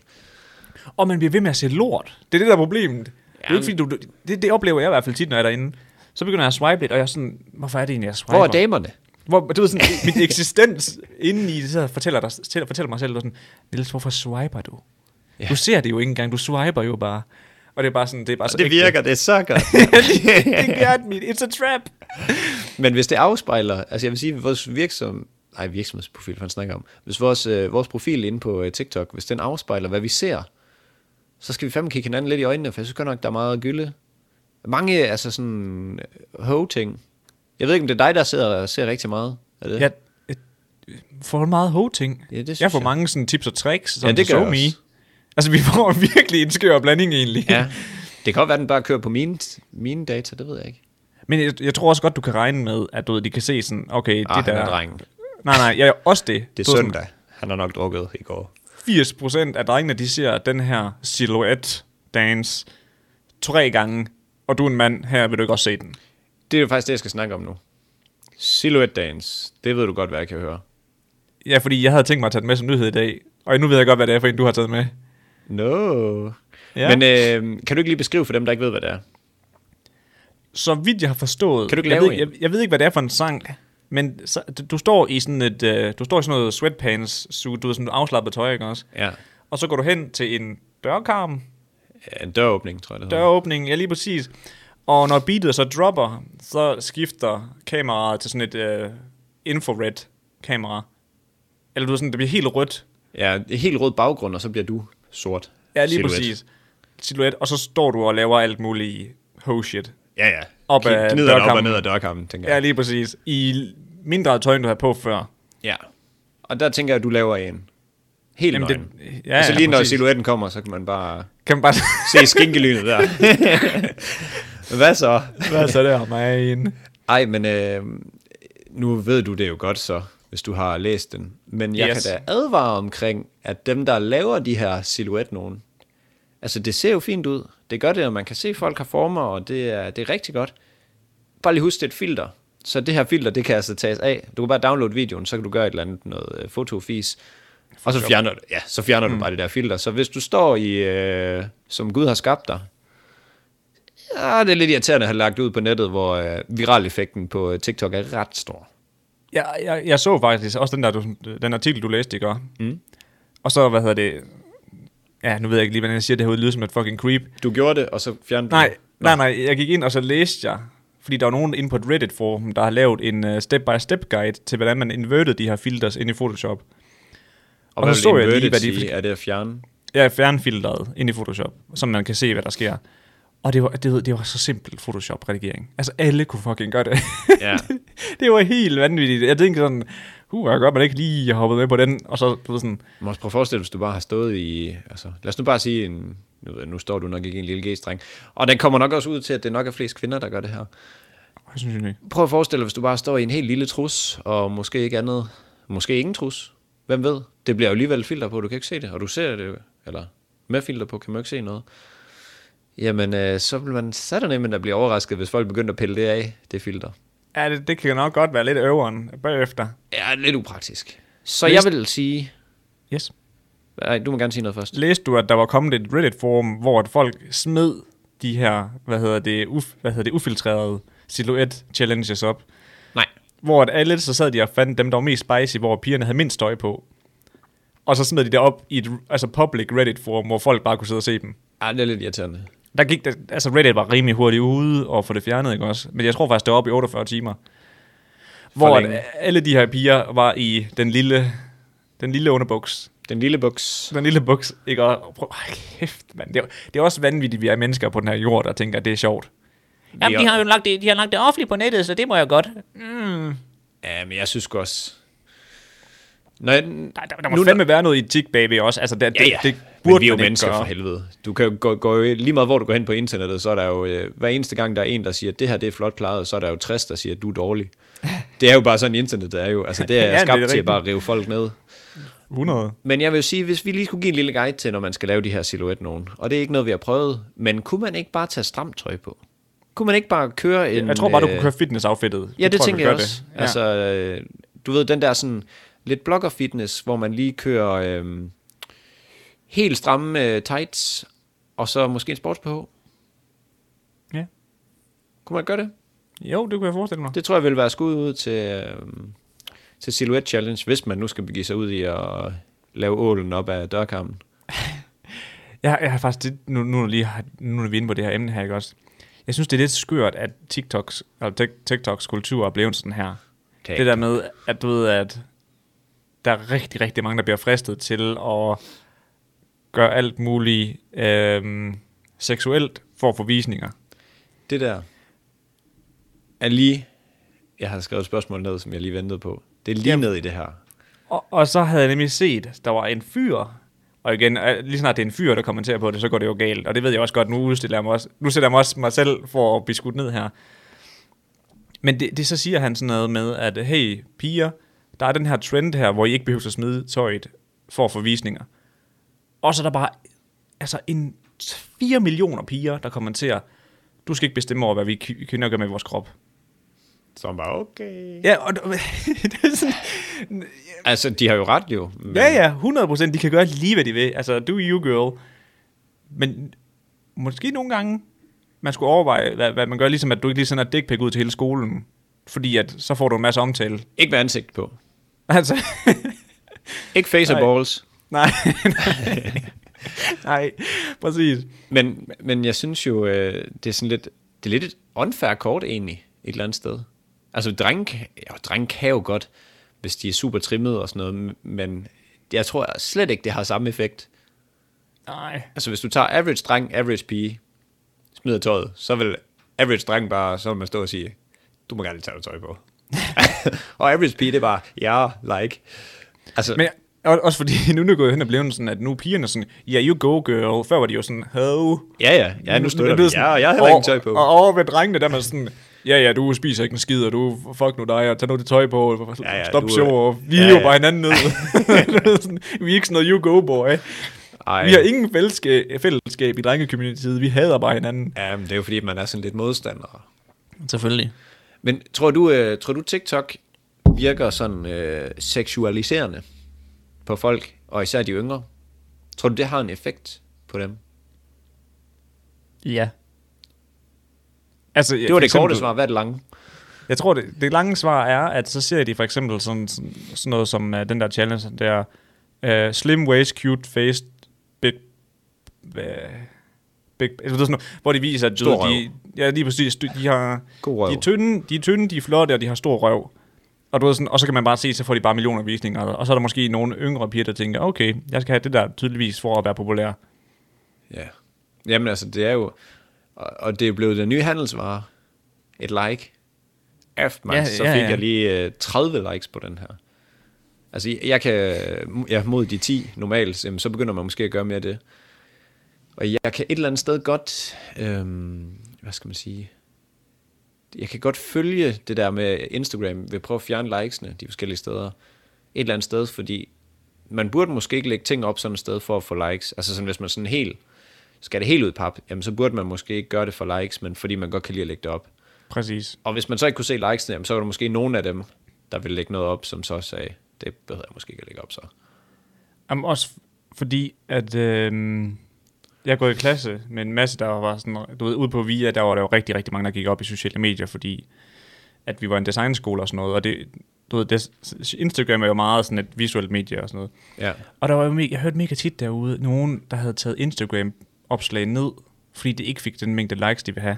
Og man bliver ved med at se lort. Det er det, der er problemet. Det, er jo ikke, fordi du, du- det, det oplever jeg i hvert fald tit, når jeg er derinde. Så begynder jeg at swipe lidt, og jeg er sådan, hvorfor er det egentlig, jeg swiper? Hvor er damerne? Hvor, du ved, sådan, mit eksistens indeni i det, så fortæller, dig, fortæller, fortæller mig selv, du er sådan, Niels, hvorfor swiper du? Ja. Du ser det jo ikke engang, du swiper jo bare. Og det er bare sådan, det er bare så ægte. det er så godt. det gør det, it's a trap. Men hvis det afspejler, altså jeg vil sige, vores virksom, nej, virksomhedsprofil, hvad han snakker om. Hvis vores, øh, vores profil inde på øh, TikTok, hvis den afspejler, hvad vi ser, så skal vi fandme kigge hinanden lidt i øjnene, for jeg synes godt nok, der er meget gylde. Mange, altså sådan, øh, ho-ting. Jeg ved ikke, om det er dig, der sidder og ser rigtig meget af det. Jeg øh, får meget ho-ting. Ja, det synes jeg får jeg. mange sådan, tips og tricks, som Ja, ja, det det gør jeg so me. også. Altså, vi får virkelig en skør blanding egentlig. ja. Det kan godt være, den bare kører på mine, mine data, det ved jeg ikke. Men jeg, jeg, tror også godt, du kan regne med, at du ved, de kan se sådan, okay, Ah, det han der... er dreng. Nej, nej, jeg er også det. Det Du er sådan, søndag. Han har nok drukket i går. 80% af drengene, de ser den her silhouette dance tre gange, og du er en mand, her vil du ikke også se den. Det er jo faktisk det, jeg skal snakke om nu. Silhouette dance. Det ved du godt, hvad jeg kan høre. Ja, fordi jeg havde tænkt mig at tage den med som nyhed i dag, og nu ved jeg godt, hvad det er for en, du har taget med. No. Ja. Ja. Men øh, kan du ikke lige beskrive for dem, der ikke ved, hvad det er? Så vidt jeg har forstået... Kan du ikke jeg, lave ved, jeg, jeg ved ikke, hvad det er for en sang, men så, du- du står i sådan et... øh, du står i sådan noget sweatpants suit, du ved, sådan noget afslappet tøj, ikke også? Ja. Og så går du hen til en dørkarm, En døråbning, tror jeg, det hedder. døråbning, ja lige præcis. Og når beatet så dropper, så skifter kameraet til sådan et øh, infrared kamera. Eller du ved sådan, det bliver helt rødt. Ja, en helt rød baggrund, og så bliver du sort. Ja, lige Silhouette. præcis. Silhouette. Og så står du og laver alt muligt ho shit. Ja, ja. Op Kig ad nedad, op og dørkarmen. ned ad dørkampen, tænker Ja, jeg. lige præcis. I mindre tøj, end du havde på før. Ja. Og der tænker jeg, at du laver en. Helt Jamen, Jamen, det- nøgen. Det, ja, ja, og så ja, lige når præcis. silhuetten kommer, så kan man bare Kan man bare... se skinkelynet der. hvad så? Hvad så der, man? Ej, men øh, nu ved du det jo godt så, hvis du har læst den. Men jeg Yes. yes. kan da advare omkring, at dem, der laver de her silhuet nogen, altså det ser jo fint ud. Det gør det, og man kan se, at folk har former, og det er, det er rigtig godt. Bare lige husk, det er et filter. Så det her filter, det kan altså tages af. Du kan bare downloade videoen, så kan du gøre et eller andet, noget øh, fotofis. Og så fjerner, du- ja, så fjerner mm. du bare det der filter. Så hvis du står i, øh, som Gud har skabt dig, ja, det er lidt irriterende at have lagt ud på nettet, hvor øh, viraleffekten på øh, TikTok er ret stor. Jeg, jeg, jeg så faktisk også den, der, du, den artikel, du læste i går. Mm. Og så, hvad hedder det... Ja, nu ved jeg ikke lige, hvordan jeg siger det herude. Det lyder som et fucking creep. Du gjorde det, og så fjernede Nej, nej, nej. Jeg gik ind, og så læste jeg. Fordi der var nogen inde på et Reddit-forum, der har lavet en øh, step-by-step guide til, hvordan man inverted de her filters ind i Photoshop. Og, Og hvad så så så vil jeg lige, inverted hvad de- sige? Er det at fjerne? Ja, fjernfilteret ind i Photoshop, så man kan se, hvad der sker. Og det var, det, det var så simpel Photoshop-redigering. Altså, alle kunne fucking gøre det. Ja. det var helt vanvittigt. Jeg tænkte sådan, huh, hvor godt, man ikke lige har hoppet med på den. Og så, du ved sådan, Man må også prøve at forestille dig, hvis du bare har stået i... Altså, lad os nu bare sige, en, nu, ved jeg, nu står du nok ikke i en lille g-streng. Og den kommer nok også ud til, at det nok er flest kvinder, der gør det her. jeg synes jeg ikke. Prøv at forestille dig, hvis du bare står i en helt lille trus, og måske ikke andet... Måske ingen trus. Hvem ved? Det bliver jo alligevel filter på, du kan ikke se det. Og du ser det jo, eller med filter på, kan man jo ikke se noget. Jamen, øh, så vil man satan nemlig der blive overrasket, hvis folk begynder at pille det af, det filter. Ja, det, det kan nok godt være lidt øveren bagefter. Ja, lidt upraktisk. Så Hvis- jeg vil sige... Yes. Nej, du må gerne sige noget først. Læste du, at der var kommet et Reddit-forum, hvor at folk smed de her, hvad hedder det, uf, hvad hedder det ufiltrerede silhouette-challenges op? Nej. hvor at alle så sad de og fandt dem, der var mest spicy, hvor pigerne havde mindst tøj på. Og så smed de det op i et altså public Reddit-forum, hvor folk bare kunne sidde og se dem. Ej, det er lidt irriterende. Der gik det, altså Reddit var rimelig hurtigt ude og få det fjernet, ikke også? Men jeg tror faktisk, det var op i 48 timer. Hvor længe. at alle de her piger var i den lille, den lille underbuks. Den lille buks. Den lille buks, ikke? Og prøv, ej, kæft, mand. Det er, det er også vanvittigt, at vi er mennesker på den her jord, der tænker, at det er sjovt. Jamen, de har jo lagt det, de har lagt det offentligt på nettet, så det må jeg godt. Mm. Ja, men jeg synes sgu også... Når jeg, Der, der, der må nu, fandme være noget etik bagved også. Altså, det, ja, ja. det, det burde men vi er jo man ikke mennesker gøre. for helvede. Du kan jo gå, gå, lige meget hvor du går hen på internettet, så er der jo øh, hver eneste gang, der er en, der siger, det her det er flot klaret, så er der jo 60, der siger, du er dårlig. Det er jo bare sådan, internettet er jo. Altså, det er Ja, det er ja, skabt rigtigt. til at bare rive folk ned. 100. Men jeg vil sige, hvis vi lige skulle give en lille guide til, når man skal lave de her silhuet nogen, og det er ikke noget, vi har prøvet, men kunne man ikke bare tage stramt tøj på? Kunne man ikke bare køre en... Jeg tror bare, du øh, kunne køre fitness-outfittet. Ja, det tror, tænker ville gøre jeg også. Det. Ja. Altså, øh, du ved, den der sådan lidt blogger fitness, hvor man lige kører øh, helt stramme øh, tights, og så måske en sports -ph. Ja. Kunne man gøre det? Jo, det kunne jeg forestille mig. Det tror jeg vil være skud ud til, øh, til Silhouette Challenge, hvis man nu skal begive sig ud i at lave ålen op af dørkammen. Jeg, jeg har faktisk det, nu, nu, lige, har- nu er vi inde på det her emne her, ikke også? Jeg synes, det er lidt skørt, at TikToks, eller tik- TikToks kultur er blevet sådan her. Tak. Det der med, at du ved, at der er rigtig, rigtig mange, der bliver fristet til at gøre alt muligt øhm, seksuelt for at få visninger. Det der er lige... Jeg har skrevet et spørgsmål ned, som jeg lige ventede på. Det er lige ned i det her. Og, og så havde jeg nemlig set, der var en fyr, og igen, øh, lige snart det er en fyr, der kommenterer på det, så går det jo galt. Og det ved jeg også godt, nu udstiller jeg mig også, nu sætter jeg mig også mig selv for at blive skudt ned her. Men det, det så siger han sådan noget med, at hey piger, der er den her trend her, hvor I ikke behøver at smide tøjet for at få visninger. Og så er der bare altså en 4 millioner piger, der kommenterer, du skal ikke bestemme over, hvad vi k- kvinder gør med vores krop. Så bare, okay. Ja, og det er sådan, Altså, de har jo ret jo. Men Ja, ja, 100%. De kan gøre lige, hvad de vil. Altså, do you, girl. Men måske nogle gange, man skulle overveje, hvad, hvad man gør, ligesom at du ikke lige sender et dick pic ud til hele skolen. Fordi at, så får du en masse omtale. Ikke med ansigt på. Altså, Ikke face og Nej. balls. nej, nej, nej, præcis. Men, men jeg synes jo, øh, det er sådan lidt, det er lidt et unfair kort egentlig, et eller andet sted. Altså, drenge, kan- jo, drenge kan jo godt, hvis de er super trimmede og sådan noget, men jeg tror slet ikke, det har samme effekt. Nej. Altså, hvis du tager average dreng, average pige, smider tøjet, så vil average dreng bare, så vil man stå og sige, du må gerne tage noget tøj på. og average pige, det er bare, ja, like. Altså, Men og- også fordi nu er det gået hen og blevet sådan, at nu er pigerne sådan, yeah, you go girl. Før var de jo sådan, ho. ja, ja, ja, nu støtter er det vi. sådan, Ja, og jeg har heller ikke og- tøj på. Og over ved drengene, der er man sådan, ja, ja, du spiser ikke en skid, og du, fuck nu dig, og tag nu det tøj på, Ja, ja, stop du er- show, og vi Ja, er jo ja. bare hinanden ned. Det er sådan, vi er ikke sådan noget you go, boy. Ej. Vi har ingen fællesskab, fællesskab i drengecommunityet. Vi hader bare hinanden. Ja, men det er jo fordi, man er sådan lidt modstander. Selvfølgelig. Men tror du, øh, tror du TikTok virker sådan øh, seksualiserende på folk, og især de yngre? Tror du, det har en effekt på dem? Ja. Altså, Det var det korte svar. Hvad er det lange? Jeg tror, det, det lange svar er, at så ser de for eksempel sådan, sådan, sådan noget som uh, den der challenge, der uh, slim waist, cute faced, big... Uh, big altså, sådan noget, hvor de viser, at du, Stor ved, røv. de, ja, lige præcis, du- de har... God røv. De er, tynde, de er tynde, de er flotte, og de har stor røv. Og, du ved, sådan, og så kan man bare se, så får de bare millioner visninger. Og så er der måske nogle yngre piger, der tænker, okay, jeg skal have det der tydeligvis for at være populær. Ja. Jamen altså, det er jo... Og, og det er blevet den nye handelsvare. Et like. F, man, Ja, ja, så fik ja, ja, ja. jeg lige øh, 30 likes på den her. Altså, jeg- jeg kan... Ja, mod de 10 normalt, jamen, så begynder man måske at gøre mere af det. Og jeg kan et eller andet sted godt... Øhm, hvad skal man sige? Jeg kan godt følge det der med Instagram ved at prøve at fjerne likesene de forskellige steder. Et eller andet sted, fordi man burde måske ikke lægge ting op sådan et sted for at få likes. Altså sådan, hvis man sådan helt skal det helt ud i pap, jamen så burde man måske ikke gøre det for likes, men fordi man godt kan lide at lægge det op. Præcis. Og hvis man så ikke kunne se likesene, jamen, så var der måske nogen af dem, der ville lægge noget op, som så sagde, det behøver jeg måske ikke at lægge op så. Jamen også fordi, at øh, jeg går i klasse med en masse, der var sådan, du ved, ude på VIA, der var der jo rigtig, rigtig mange, der gik op i sociale medier, fordi at vi var en designskole og sådan noget, og det, du ved, det, Instagram er jo meget sådan et visuelt medie og sådan noget. Ja. Og der var jo mega, jeg hørte mega tit derude, nogen, der havde taget Instagram-opslag ned, fordi det ikke fik den mængde likes, de vil have.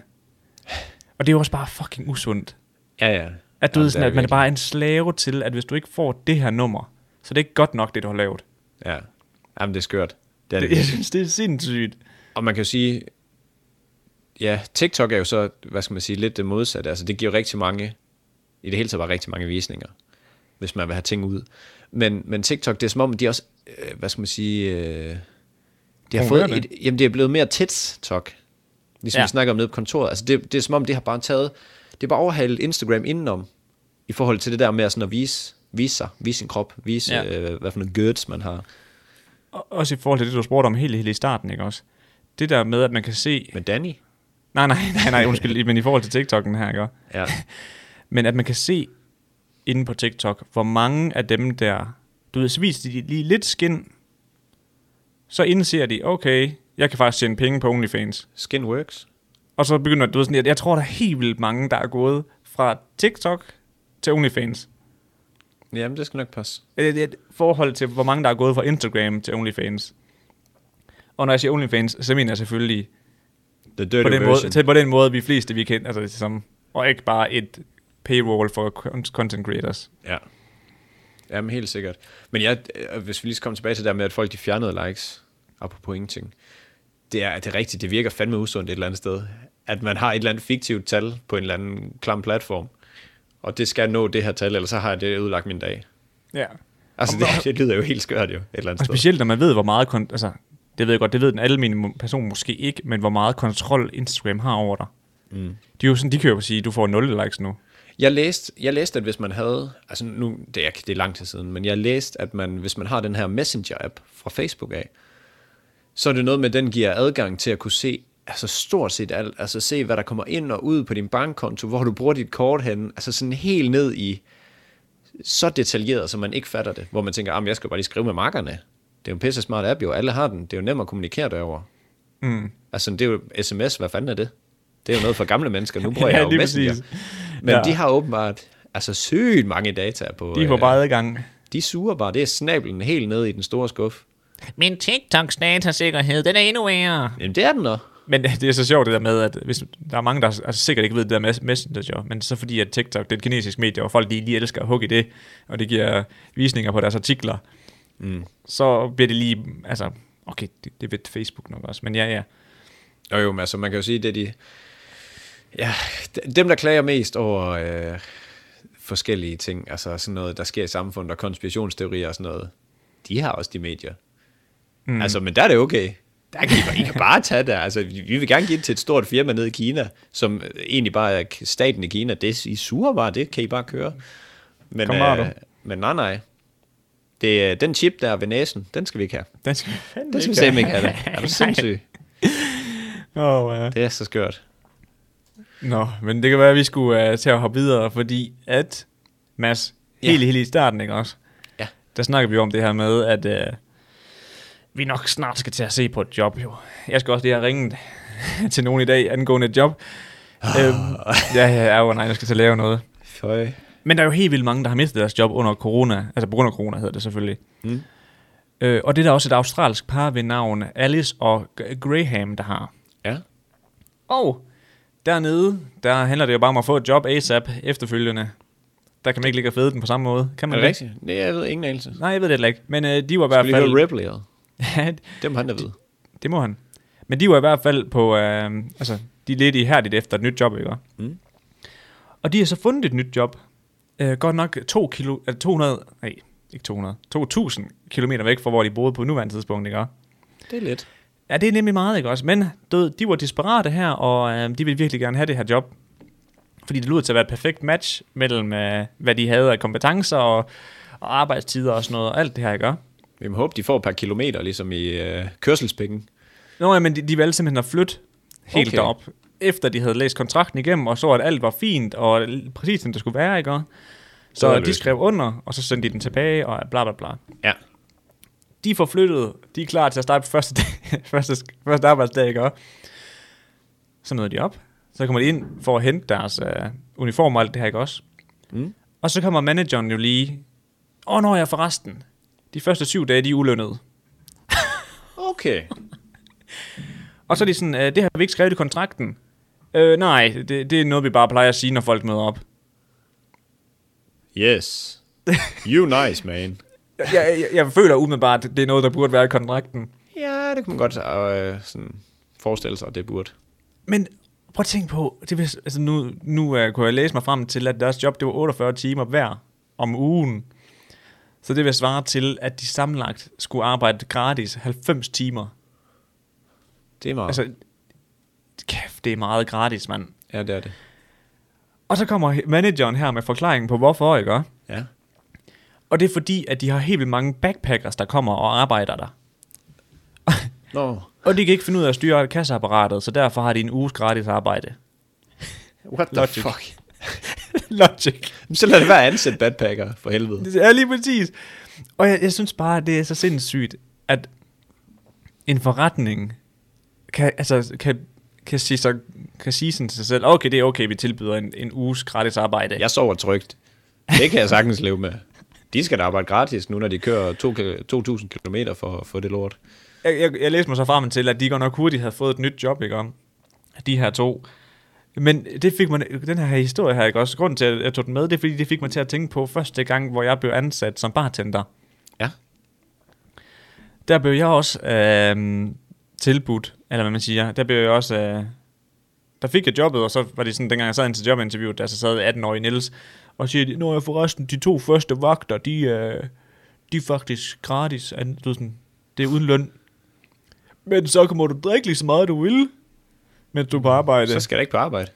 Og det er jo også bare fucking usundt. Ja, At ja. du Jamen, ved det sådan, er at man virkelig- bare er en slave til, at hvis du ikke får det her nummer, så er det ikke godt nok, det du har lavet. Ja. Jamen, det er skørt. Det er det. Det, jeg synes, det er sindssygt. Og man kan jo sige, ja, TikTok er jo så, hvad skal man sige, lidt det modsatte. Altså, det giver rigtig mange, i det hele taget bare rigtig mange visninger, hvis man vil have ting ud. Men, men TikTok, det er som om, de også, øh, hvad skal man sige, øh, de har fået Konkurrerende. et, jamen, det er blevet mere TikTok, ligesom Ja. ja. vi snakker om nede på kontoret. Altså, det, det er som om, det har bare taget, det har bare overhalet Instagram indenom, i forhold til det der med at sådan at vise, vise sig, vise sin krop, vise, Ja. ja. øh, hvad for noget goods man har. Og- Også i forhold til det, du spurgte om helt, helt i starten, ikke også? Det der med, at man kan se... Men Danny? Nej, nej, nej, nej, undskyld, men i forhold til TikTok'en her, ikke også? Ja. Men at man kan se inde på TikTok, hvor mange af dem der... Du ved, så viser de lige lidt skin, så indser de, okay, jeg kan faktisk tjene penge på OnlyFans. Skin works. Og så begynder du ved, sådan, at jeg tror, der er helt vildt mange, der er gået fra TikTok til OnlyFans. Jamen, det skal nok passe. Eller det er et forhold til, hvor mange der er gået fra Instagram til OnlyFans. Og når jeg siger OnlyFans, så mener jeg selvfølgelig The dirty på den, måde, version. til, på den måde, vi fleste vi kender, altså som, og ikke bare et paywall for con- content creators. Ja. Jamen helt sikkert. Men jeg, øh, hvis vi lige skal komme tilbage til det der med, at folk de fjernede likes, apropos ingenting, det er, det er rigtigt, det virker fandme usundt et eller andet sted, at man har et eller andet fiktivt tal på en eller anden klam platform, og det skal nå det her tal, ellers så har jeg det ødelagt min dag. Ja. Altså det, det lyder jo helt skørt jo, et eller andet Og sted. specielt når man ved, hvor meget, kon- altså det ved jeg godt, det ved den almindelige person måske ikke, men hvor meget kontrol Instagram har over dig. Mm. De, er jo sådan, de kan jo sige, du får 0 likes nu. Jeg læste, jeg læste, at hvis man havde, altså nu, det er, det er lang tid siden, men jeg læste, at man, hvis man har den her Messenger-app fra Facebook af, så er det noget med, at den giver adgang til at kunne se altså stort set alt, altså se, hvad der kommer ind og ud på din bankkonto, hvor du bruger dit kort henne, altså sådan helt ned i, så detaljeret, så man ikke fatter det, hvor man tænker, "Ah, men jeg skal bare lige skrive med markerne. Det er jo en pisse smart app jo, alle har den, det er jo nemt at kommunikere derover. Mm. Altså det er jo sms, hvad fanden er det? Det er jo noget for gamle mennesker, nu bruger Ja, jeg jo lige Messenger. præcis. Men Ja. ja. de har åbenbart altså sygt mange data på. øh, De får bare adgang. de suger bare, det er snablen helt ned i den store skuff. Min TikToks datasikkerhed, den er endnu værre. Jamen det er den også. Men det er så sjovt det der med, at hvis, der er mange, der altså, sikkert ikke ved det der med Messenger, men så fordi at TikTok det er et kinesisk medie, og folk de lige elsker at hugge i det, og det giver visninger på deres artikler, mm. så bliver det lige, altså, okay, det, det ved Facebook nok også, men ja, ja. Jo jo, men altså man kan jo sige, det er de... Ja, d- dem der klager mest over øh, forskellige ting, altså sådan noget, der sker i samfundet, og konspirationsteorier og sådan noget, de har også de medier. Mm. Altså, men der er det okay. Der kan I, bare- I kan bare tage det. Altså, vi vi vil gerne give det til et stort firma nede i Kina, som øh, egentlig bare er k- staten i Kina. Det er I suger bare, det kan I bare køre. Men, Kom bare, du. men nej, nej. Det er den chip, der er ved næsen, den skal vi ikke have. Den skal vi fandme Den skal vi have. simpelthen ikke have. da. Er du sindssyg? Åh, oh, ja. Det er så skørt. Nå, men det kan være, at vi skulle uh, til at hoppe videre, fordi at, Mads, helt, Ja. helt i starten, ikke også? Ja. Der snakker vi om det her med, at uh, vi nok snart skal til at se på et job, jo. Jeg skal også lige have ringet til nogen i dag angående et job. øhm, ja, ja, ja, jo, nej, jeg skal til at lave noget. Føj. Men der er jo helt vildt mange, der har mistet deres job under corona. Altså på grund af corona hedder det selvfølgelig. Mm. Øh, og det er der også et australsk par ved navn Alice og G- Graham, der har. Ja. Og dernede, der handler det jo bare om at få et job ASAP efterfølgende. Der kan man ikke ligge og fede den på samme måde. Kan Er man det rigtigt? Nej, jeg ved ingen anelse. Nej, jeg ved det heller ikke. Men øh, de var i hvert Skal vi fald... høre Ripley? eller? Ja, Dem han der ved. det må han. Men de var i hvert fald på... Øh, altså, de ledte ihærdigt efter et nyt job, ikke? Mm. Og de har så fundet et nyt job. Øh, godt nok 2 kilo, øh, 200... Nej, ikke 200. 2.000 kilometer væk fra, hvor de boede på nuværende tidspunkt, ikke? Det er lidt. Ja, det er nemlig meget, ikke også? Men du ved, de var desperate her, og øh, de ville virkelig gerne have det her job. Fordi det lød til at være et perfekt match mellem, øh, hvad de havde af kompetencer og, og arbejdstider og sådan noget, og alt det her, ikke også? Vi må håbe, de får et par kilometer, ligesom i øh, kørselspækken. Nå ja, men de, de valgte simpelthen at flytte helt okay. Okay. derop, efter de havde læst kontrakten igennem, og så at alt var fint, og l- præcis som det skulle være, ikke også? var Så de løsning. skrev under, og så sendte de den tilbage, og bla bla bla. Ja. De er forflyttet, de er klar til at starte på første, dag, første, første arbejdsdag, ikke også? Så møder de op, så kommer de ind for at hente deres øh, uniform og alt det her, ikke også? Mm. Og så kommer manageren jo lige, åh, oh, når jeg forresten, de første syv dage, de er ulønnede. Okay. Og så er de sådan, øh, det har vi ikke skrevet i kontrakten. Øh, nej, det, det er noget, vi bare plejer at sige, når folk møder op. Yes. You nice, man. Jeg, jeg, jeg, jeg føler umiddelbart, at det er noget, der burde være i kontrakten. Ja, det kunne man godt øh, sådan forestille sig, at det burde. Men prøv at tænke på, det vil, altså nu, nu uh, kunne jeg læse mig frem til, at deres job det var 48 timer hver om ugen. Så det vil svare til, at de sammenlagt skulle arbejde gratis 90 timer. Det er meget. Altså, Altså, kæft, det er meget gratis, mand. ja, det er det. Og så kommer manageren her med forklaringen på, hvorfor, ikke? også? Ja. Og det er fordi, at de har helt vildt mange backpackers, der kommer og arbejder der. Nå, Og de kan ikke finde ud af at styre kasseapparatet, så derfor har de en uges gratis arbejde. what the Logic. fuck? Logic. Så lad det være ansat backpacker, for helvede. Det er lige præcis. Og jeg, jeg synes bare, det er så sindssygt, at en forretning kan, altså, kan, kan, sige, sig, kan sige sådan til sig selv, okay, det er okay, vi tilbyder en, en uges gratis arbejde. Jeg sover trygt. Det kan jeg sagtens leve med. De skal da arbejde gratis nu, når de kører to ki- 2.000 km for at få det lort. Jeg, jeg, jeg læste mig så frem til, at de godt nok hurtigt havde fået et nyt job, ikke om? De her to. Men det fik man, den her historie her, ikke også? Grunden til, at jeg tog den med, det er, fordi det fik mig til at tænke på første gang, hvor jeg blev ansat som bartender. Ja. Der blev jeg også øh, tilbudt, eller hvad man siger, der blev jeg også... Øh, der fik jeg jobbet, og så var det sådan, dengang jeg sad ind til jobinterviewet, der så sad 18-årige Niels, og siger, de, når jeg forresten, de to første vagter, de, øh, de er faktisk gratis, an- du ved sådan, det er uden løn. Men så må du drikke lige så meget, du vil, mens du er på arbejde. Så skal jeg da ikke på arbejde.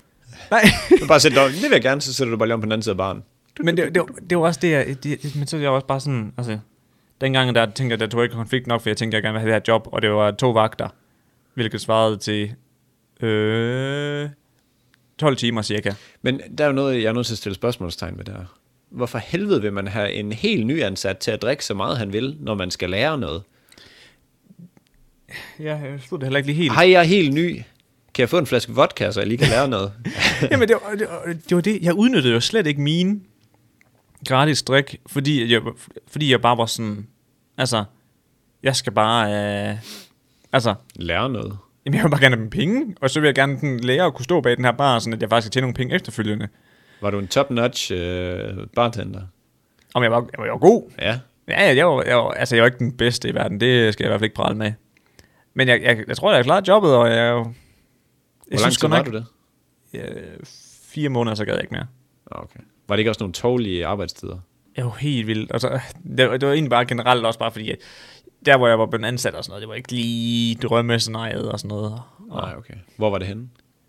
Nej, Du bare sætter dig om. Det vil jeg gerne, så sætter du bare lige om på den anden side af baren. men det, det, var- det, var også det, jeg, det, det- men så er jeg også bare sådan, altså, dengang der tænkte jeg, der tog jeg ikke konflikt nok, for jeg tænkte, jeg gerne ville have det her job, og det var to vagter, hvilket svarede til øh, 12 timer cirka. Men der er jo noget, jeg er nødt til at stille spørgsmålstegn ved der. Hvorfor helvede vil man have en helt ny ansat til at drikke så meget, han vil, når man skal lære noget? Ja, jeg forstod det heller ikke lige helt. Hej, jeg er helt ny. Kan jeg få en flaske vodka, så jeg lige kan lære noget? Jamen, det var, det, var, det var det. Jeg udnyttede jo slet ikke mine gratis drik, fordi jeg, fordi jeg bare var sådan, altså, jeg skal bare, øh, altså, lære noget? jamen, jeg vil bare gerne have mine penge, og så vil jeg gerne den lære at kunne stå bag den her bar, sådan at jeg faktisk kan tjene nogle penge efterfølgende. Var du en top-notch øh, bartender? Om jeg var, jeg var, jeg var god. Ja. Ja, ja, jeg var, jeg var, altså, jeg var ikke den bedste i verden, det skal jeg i hvert fald ikke prale med. Men jeg, jeg, jeg tror, jeg klarede jobbet, og jeg... jeg Hvor lang tid var du det? Øh, fire måneder, så gad jeg ikke mere. Ah, Okay. Var det ikke også nogle tålige arbejdstider? Det var helt vildt. Og så, det, var- det var egentlig bare generelt også bare fordi, at der hvor jeg var blevet ansat og sådan noget, det var ikke lige drømmescenariet og sådan noget. Og Nej, okay. Hvor var det henne?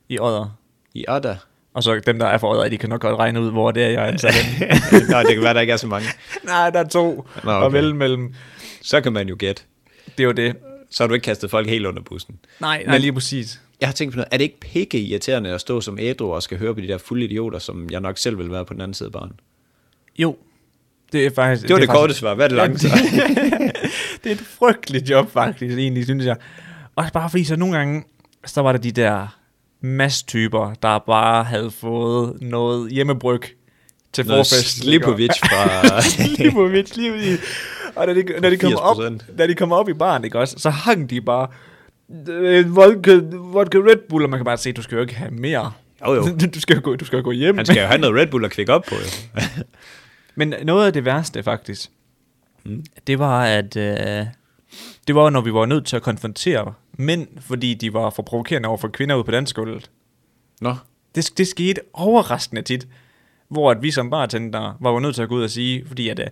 I Odder. I Odda? Og så dem, der er for øjet, de kan nok godt regne ud, hvor det er, jeg er ansat. henne. Nå, det kan være, der ikke er så mange. Nej, der er to Nå, Nå, okay. okay. og vel mellem. Så kan man jo gætte. Det er jo det. Så har du ikke kastet folk helt under bussen. Nej, nej, lige præcis. Jeg har tænkt på noget. Er det ikke pikke irriterende at stå som ædru og skal høre på de der fulde idioter, som jeg nok selv vil være på den anden side af baren? Jo. Det er faktisk... Det var det, er faktisk- korte svar. Hvad er det langt? det er et frygteligt job, faktisk, egentlig, synes jeg. Også bare fordi, så nogle gange, så var der de der masstyper, der bare havde fået noget hjemmebryg til Noget forfest. ikke? Slipovic fra... Slipovic, lige præcis. Og når de, når, de kommer op, 80%. når de kommer op i baren, ikke også, så hang de bare øh, vodka, vodka Red Bull, og man kan bare se, du skal jo ikke have mere. Jo, jo. Du skal jo gå, du skal jo gå hjem. Han skal jo have noget Red Bull at kvikke op på, jo. Men noget af det værste faktisk, mm. det var, at øh, det var, når vi var nødt til at konfrontere mænd, fordi de var for provokerende over for kvinder ude på dansgulvet. Nå, Det, det skete overraskende tit, hvor at vi som bartender var jo nødt til at gå ud og sige, fordi at øh,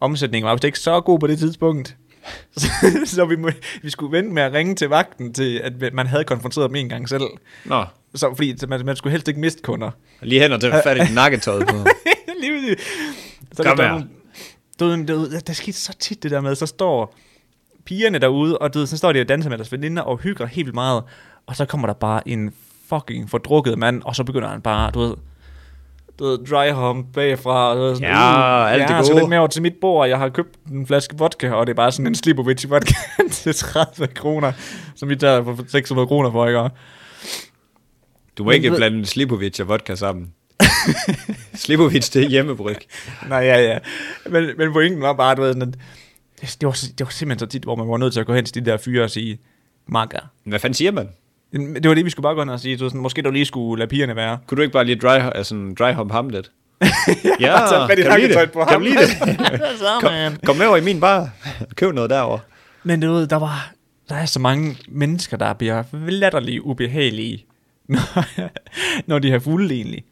omsætningen var vist ikke så god på det tidspunkt. så, så vi, må, vi skulle vente med at ringe til vagten til, at man havde konfronteret dem en gang selv. nå. Så, fordi så man, man skulle helst ikke miste kunder. Lige hen og tage fat i nakketøjet på. Lige ved så Kom der her. er nogle- Du ved, du ved, der skete så tit det der med, så står pigerne derude, og du ved, så står de og danser med deres veninder og hygger helt vildt meget, og så kommer der bare en fucking fordrukket mand, og så begynder han bare, du ved, du ved, dry hump bagfra, og så er sådan, Ja, alt det ja, så gode." lidt mere over til mit bord, og jeg har købt en flaske vodka, og det er bare sådan en Slipovic vodka til 30 kroner, som vi tager for 600 kroner for, ikke? Du må Men ikke ved- blande Slipovic og vodka sammen. Slipovic, det er hjemmebryg. Nej, ja, ja. Men, men pointen var bare, du ved, sådan, at det, det, var, det var simpelthen så tit, hvor man var nødt til at gå hen til de der fyre og sige, makker. Hvad fanden siger man? Men Det var det, vi skulle bare gå hen og sige, du ved, sådan, måske du lige skulle lade pigerne være. Kunne du ikke bare lige dry, altså, dry hop ham lidt? ja, bare tage fat i kan du lide nakketøjet det? på Kan ham? du lide det? Så, Kom, man. kom med over i min bar. Køb noget derovre. Men du ved, der var, der er så mange mennesker, der bliver latterligt ubehagelige, når, når de har fulde egentlig.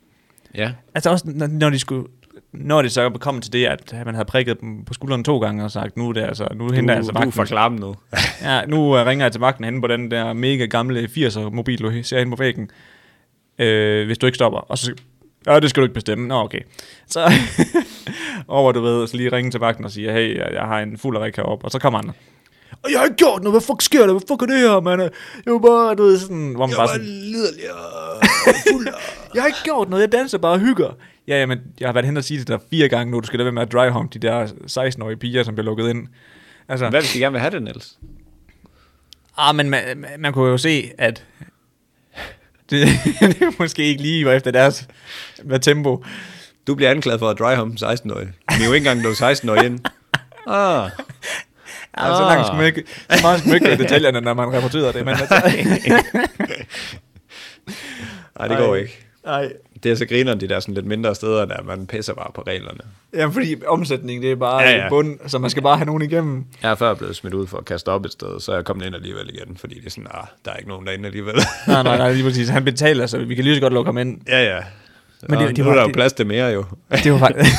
Ja. Altså også, når, når de skulle når det så kom til det, at man havde prikket dem på skulderen to gange og sagt, nu er det altså, nu Du, henter jeg altså du er magten. for klam nu. Ja, nu øh, ringer jeg til magten henne på den der mega gamle 80'er mobil, du ser henne på væggen, øh, hvis du ikke stopper. Og så, ja, det skal du ikke bestemme. Nå, okay. Så over, du ved, så lige ringe til magten og sige, hey, jeg, jeg har en fuld rik heroppe. Og så kommer han. Og jeg har ikke gjort noget, hvad fuck sker der, hvad fuck er det her, mand? Jeg var bare, du ved, sådan, hvor man bare sådan, liderlig og fuld. jeg har ikke gjort noget, jeg danser bare og hygger. Ja, jamen, jeg har været hen og sige det der fire gange nu, du skal lade være med at dry hump de der 16-årige piger, som bliver lukket ind. Altså, Hvad hvis de gerne vil have det, Niels? Ah, men man, man- man kunne jo se, at det, det måske ikke lige var efter deres hvad tempo. Du bliver anklaget for at dry hop en 16-årig. Vi er jo ikke engang nået 16-årig ind. Ah, Ah. Så langt skal man ikke, så meget skal man ikke gå i detaljerne, når man rapporterer det. Men altså, nej, det går Ej. ikke. nej, Det er så grineren, de der sådan lidt mindre steder, der man pisser bare på reglerne. ja, fordi omsætning, det er bare Ja, ja, ja. ja. et bund, så man skal bare have nogen igennem. Jeg er før blevet smidt ud for at kaste op et sted, så er jeg kommet ind alligevel igen, fordi det er sådan, ah, der er ikke nogen derinde alligevel. Nej, nej, nej, lige præcis. Han betaler, så vi kan lige så godt lukke ham ind. ja, ja. Men Men det, det- det, det nu var- er der jo det- plads til mere jo. Det var faktisk...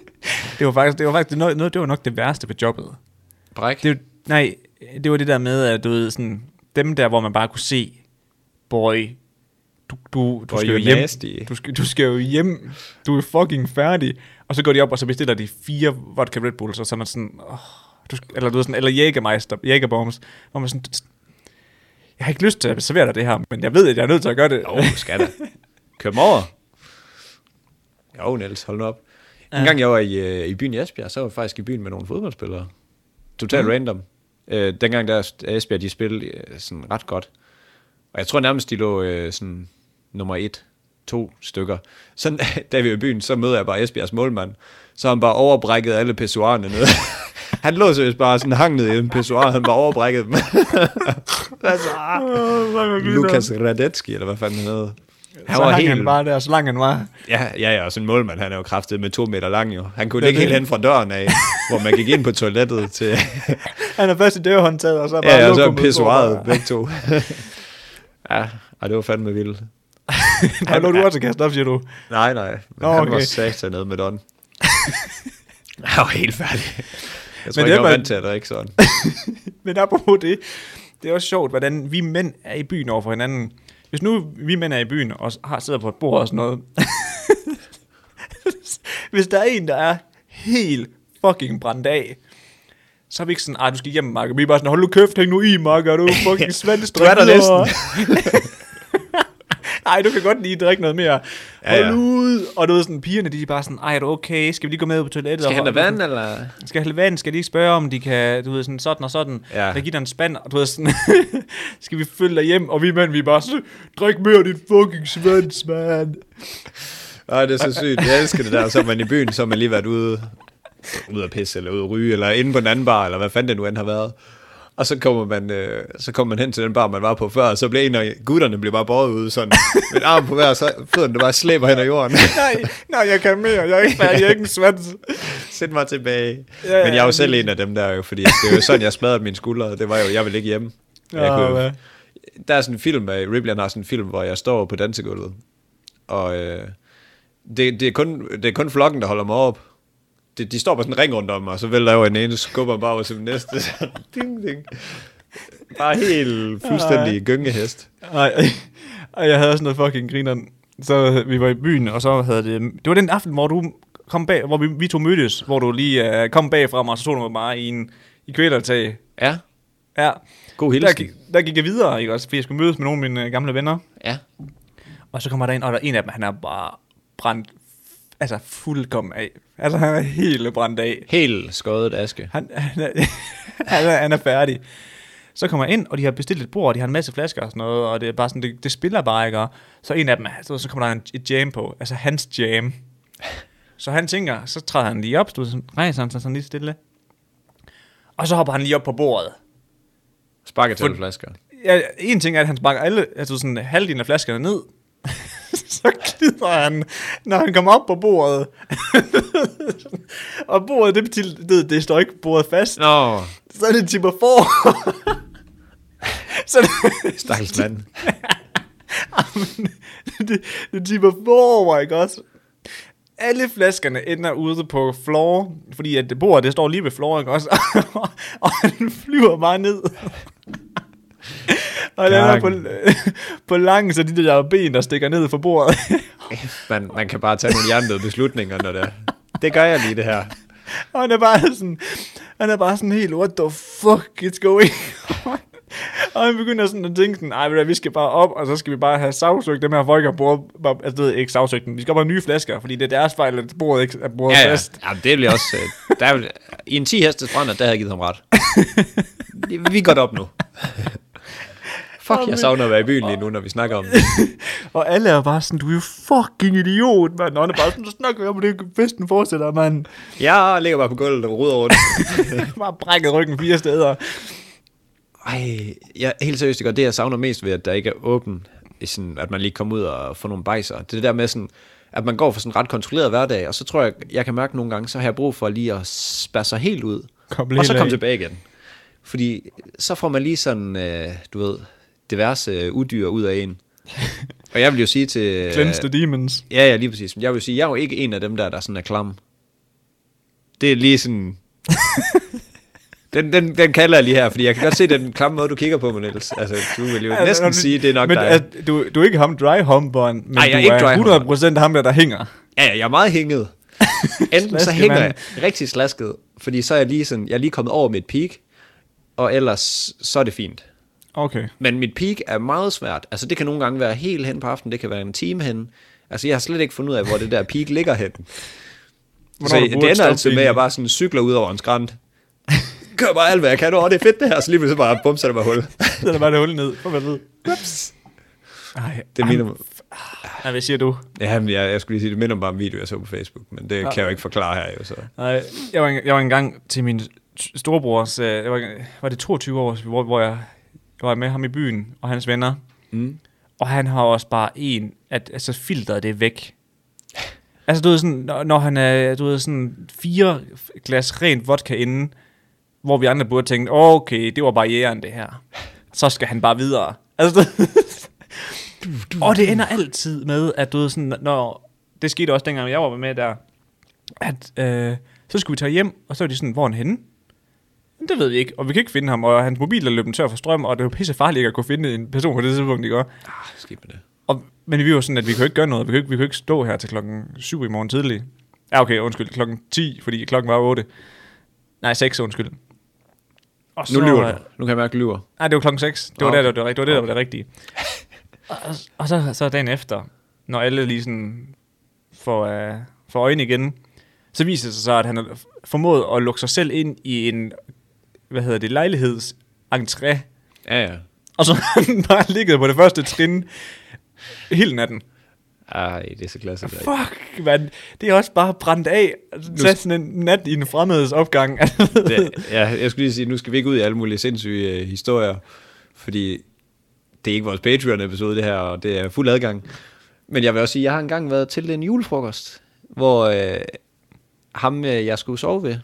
det var faktisk, det var faktisk noget, noget, det var nok det værste på jobbet. Bræk. Det, nej, det var det der med, at du ved, sådan, dem der, hvor man bare kunne se, boy, du, du, du Boy, skal jo you're hjem. nasty. Du skal, du skal jo hjem. Du er fucking færdig. Og så går de op, og så bestiller de fire vodka Red Bulls, og så er man sådan, oh, du skal, eller, du ved, sådan, eller Jägermeister, Jägerbombs, hvor man sådan, jeg har ikke lyst til at servere dig det her, men jeg ved, at jeg er nødt til at gøre det. Jo, du skal da. Kør mig over. Jo, Niels, hold nu op. En gang jeg var i, øh, i byen i Esbjerg, så var jeg faktisk i byen med nogle fodboldspillere. Totalt mm. random. Øh, dengang der Esbjerg, de spillede øh, sådan ret godt. Og jeg tror nærmest, de lå øh, sådan nummer et, to stykker. Så da vi var i byen, så møder jeg bare Esbjergs målmand. Så har han bare overbrækket alle pissoirerne ned. han lå seriøst bare sådan hang ned i en pissoir, han bare overbrækkede dem. altså, ah. Lukas Radetski, eller hvad fanden han hed. Han så var helt... han bare der, så lang han var. Ja, ja, ja, og sådan en målmand, han er jo kraftet med to meter lang jo. Han kunne Det er ligge helt det. hen fra døren af, hvor man gik ind på toilettet til... Han er først i dørhåndtaget, og så er bare ja, og så lokummet på, pissoiret og- begge to. ja, ej, det var fandme vildt. Der lå du også at kaste op, siger du. Nej, nej, men Nå, han var okay. satan nede med Don. Han var helt færdig. Jeg tror det ikke, jeg var var- vant til at drikke sådan. Men apropos det, det er også sjovt, hvordan vi mænd er i byen over for hinanden. Hvis nu vi mænd er i byen og s- har sidder på et bord og sådan noget. Hvis der er en, der er helt fucking brændt af, så er vi ikke sådan, ej, du skal hjem, Mark. Vi er bare sådan, hold nu kæft, hæng nu i, Mark, er du fucking svendt Du er der Ej, du kan godt lige drikke noget mere. Hold Ja, ja, ja. ud. Og du ved sådan, pigerne, de er bare sådan, ej, er du okay? Skal vi lige gå med ud på toilettet? Skal Og- han have og du er sådan, vand, eller? skal jeg hælde vand, skal jeg lige spørge om de kan, du ved, sådan sådan og sådan, Ja. ja. der giver dig en spand, og du ved sådan, skal vi følge dig hjem, og vi mænd, vi er bare sådan, drik mere din fucking svans, mand. Nej, det er så sygt. Jeg elsker det der. Så er man i byen, så har man lige været ude, ude at pisse, eller ude at ryge, eller inde på en anden bar, eller hvad fanden det nu end har været. Og så kommer, man, øh, så kommer man hen til den bar, man var på før, og så bliver en af gutterne bliver bare båret ud sådan, med arm på hver, og så fødderne bare slæber hen ad jorden. nej, nej, jeg kan mere, jeg er ikke færdig, jeg er ikke en svans. Sæt mig tilbage. Ja, ja, Men jeg er jo ja, selv en af dem der jo, fordi det er jo sådan, jeg smadrede mine skuldre. Det var jo, jeg ville ikke hjemme. Jeg Ja, kunne, hvad? der er sådan en film, af- Ripley han har sådan en film, hvor jeg står på dansegulvet. Og øh, det, det, er kun, det er kun flokken, der holder mig op. De, de står på sådan en ring rundt om mig, og så vælger jeg over den ene, så skubber jeg bare over til den næste. Så ding, ding. Bare helt fuldstændig gyngehest. Nej, og jeg havde også noget fucking grineren. Så vi var i byen, og så havde det... Det var den aften, hvor du kom bag, hvor vi, vi to mødtes, hvor du lige uh, kom bagfra mig, og så tog du mig bare i en i kvælertag. Ja, Ja. god Der hilsen. gik, der gik jeg videre, ikke også? Fordi jeg skulle mødes med nogle af mine øh, gamle venner. Ja. Og så kommer der ind, og der er en af dem, han er bare brændt, altså fuldkommen af. Altså han er helt brændt af. Helt skåret aske. Han, han, er, han, er, han er færdig. Så kommer jeg ind, og de har bestilt et bord, og de har en masse flasker og sådan noget, og det er bare sådan, det, det spiller bare, ikke? Og Så en af dem, altså, så, så kommer der en, et jam på, altså hans jam. Så han tænker, så træder han lige op, så rejser han sig sådan lige stille. Og så hopper han lige op på bordet. Sparker til flasker. Ja, en ting er, at han sparker alle, altså sådan halvdelen af flaskerne ned. så glider han, når han kommer op på bordet. og bordet, det, til- det, det står ikke bordet fast. Nå, Så det tipper for. så det, stakkels mand. Jamen, det, det tipper forover, ikke også? Alle flaskerne ender ude på floor, fordi at det bordet, det står lige ved floor, ikke også? og han flyver bare ned. og lander på, på langen, så de der ben, der stikker ned fra bordet. Man, man kan bare tage nogle hjernede beslutninger, når det er. Det gør jeg lige, det her. og han er bare sådan, han er bare sådan helt, what the fuck is going on? og han begynder sådan at tænke sådan, ej, ved du hvad, vi skal bare op, og så skal vi bare have savsøgt dem her folk, der bor, bare- altså det er ikke savsøgt dem, vi skal bare have nye flasker, fordi det er deres fejl, at bordet ikke er bordet Ja, ja. fast. ja det bliver også... øh, Der, er- I en 10 hestes brænder, der havde jeg givet ham ret. Vi er godt op nu. Fuck, jeg savner at være i byen lige nu, når vi snakker om det. Og alle er bare sådan, du er jo fucking idiot, mand. Og han er bare sådan, så snakker vi om det, festen fortsætter, mand. Jeg ligger bare på gulvet og ruder rundt. bare brækket ryggen fire steder. Ej, jeg, helt seriøst, det gør det, jeg savner mest ved, at der ikke er åben, i sådan, at man lige kommer ud og får nogle bajser. Det er det der med sådan, at man går for sådan en ret kontrolleret hverdag, og så tror jeg, jeg kan mærke nogle gange, så har jeg brug for lige at spære sig helt ud, Kom og så lidt komme af. tilbage igen. Fordi så får man lige sådan, øh, du ved, diverse øh, udyr ud af en. og jeg vil jo sige til... øh, Cleanse the demons. Ja, ja, lige præcis. Men jeg vil sige, jeg er jo ikke en af dem der, der sådan er klam. Det er lige sådan... den, den, den kalder jeg lige her, fordi jeg kan godt se det er den klamme måde, du kigger på mig, Niels. Altså, du vil jo altså, når næsten du- sige, det er nok men, dig. At, du, du er ikke ham dry humperen, men Nej, jeg er du ikke dry er 100% ham der, der hænger. Ja, ja, jeg er meget hænget. Enten så Slasket, hænger jeg mand. rigtig slasket, fordi så er jeg lige, sådan, jeg er lige kommet over mit peak, og ellers så er det fint. Okay. Men mit peak er meget svært. Altså, det kan nogle gange være helt hen på aftenen, det kan være en time hen. Altså, jeg har slet ikke fundet ud af, hvor det der peak ligger hen. Hvornår så du det burde ender stoppe altid med, at bilen. jeg bare sådan cykler ud over en skrant. Gør bare alt, hvad jeg kan. Åh, det er fedt det her. Så lige pludselig bare bumser det bare hul. Så er der bare det hul ned. Kom med ned. Ups. Ej, Det ej, minder, ej, hvad siger du? jamen, jeg, jeg skulle lige sige, det minder mig om en video, jeg så på Facebook. Men det kan jeg jo ikke forklare her jo så. Nej, jeg var, en- jeg var engang til min t- storebrors, øh, jeg var, var det 22 år, hvor, hvor jeg var med ham i byen og hans venner. Mm. Og han har også bare en, at altså filteret det er væk. Altså du ved sådan, når, når han er, du ved sådan fire f- glas rent vodka inden, hvor vi andre burde tænke, "Åh, okay, det var barrieren det her. Så skal han bare videre. Altså, du, og det ender altid med, at du ved sådan, når, det skete også dengang jeg var med der, at øh, så skulle vi tage hjem, og så var de sådan, hvor er han henne? Men det ved vi ikke, og vi kan ikke finde ham, og hans mobil er løbet tør for strøm, og det er jo pisse farligt ikke at kunne finde en person på det tidspunkt, ikke? også? Ah, skidt med det. Og, men vi var sådan, at vi kunne ikke gøre noget. Vi kunne ikke, vi kunne ikke stå her til klokken 7 i morgen tidlig. Ja, okay, undskyld. Klokken 10, fordi klokken var 8. Nej, 6, undskyld. Og Nu lyver du. Nu kan jeg mærke, at du lyver. Nej, det var klokken 6. Det var, Okay. okay. der, det var, det var det, der var det rigtige. Og, og så, så dagen efter, når alle lige sådan får, øh, får øjne igen, så viser det sig så, at han har formået at lukke sig selv ind i en, hvad hedder det, lejligheds entré. Ja, ja. Og så har han bare ligget på det første trin hele natten. Ej, det er så klasse. Der. Fuck, mand. Det er også bare brændt af. Altså, Tag sådan en nat i en fremmedes opgang. det, ja, jeg skulle lige sige, nu skal vi ikke ud i alle mulige sindssyge øh, historier, fordi det er ikke vores Patreon-episode, det her, og det er fuld adgang. Men jeg vil også sige, jeg har engang været til en julefrokost, hvor øh, ham, øh, jeg skulle sove ved,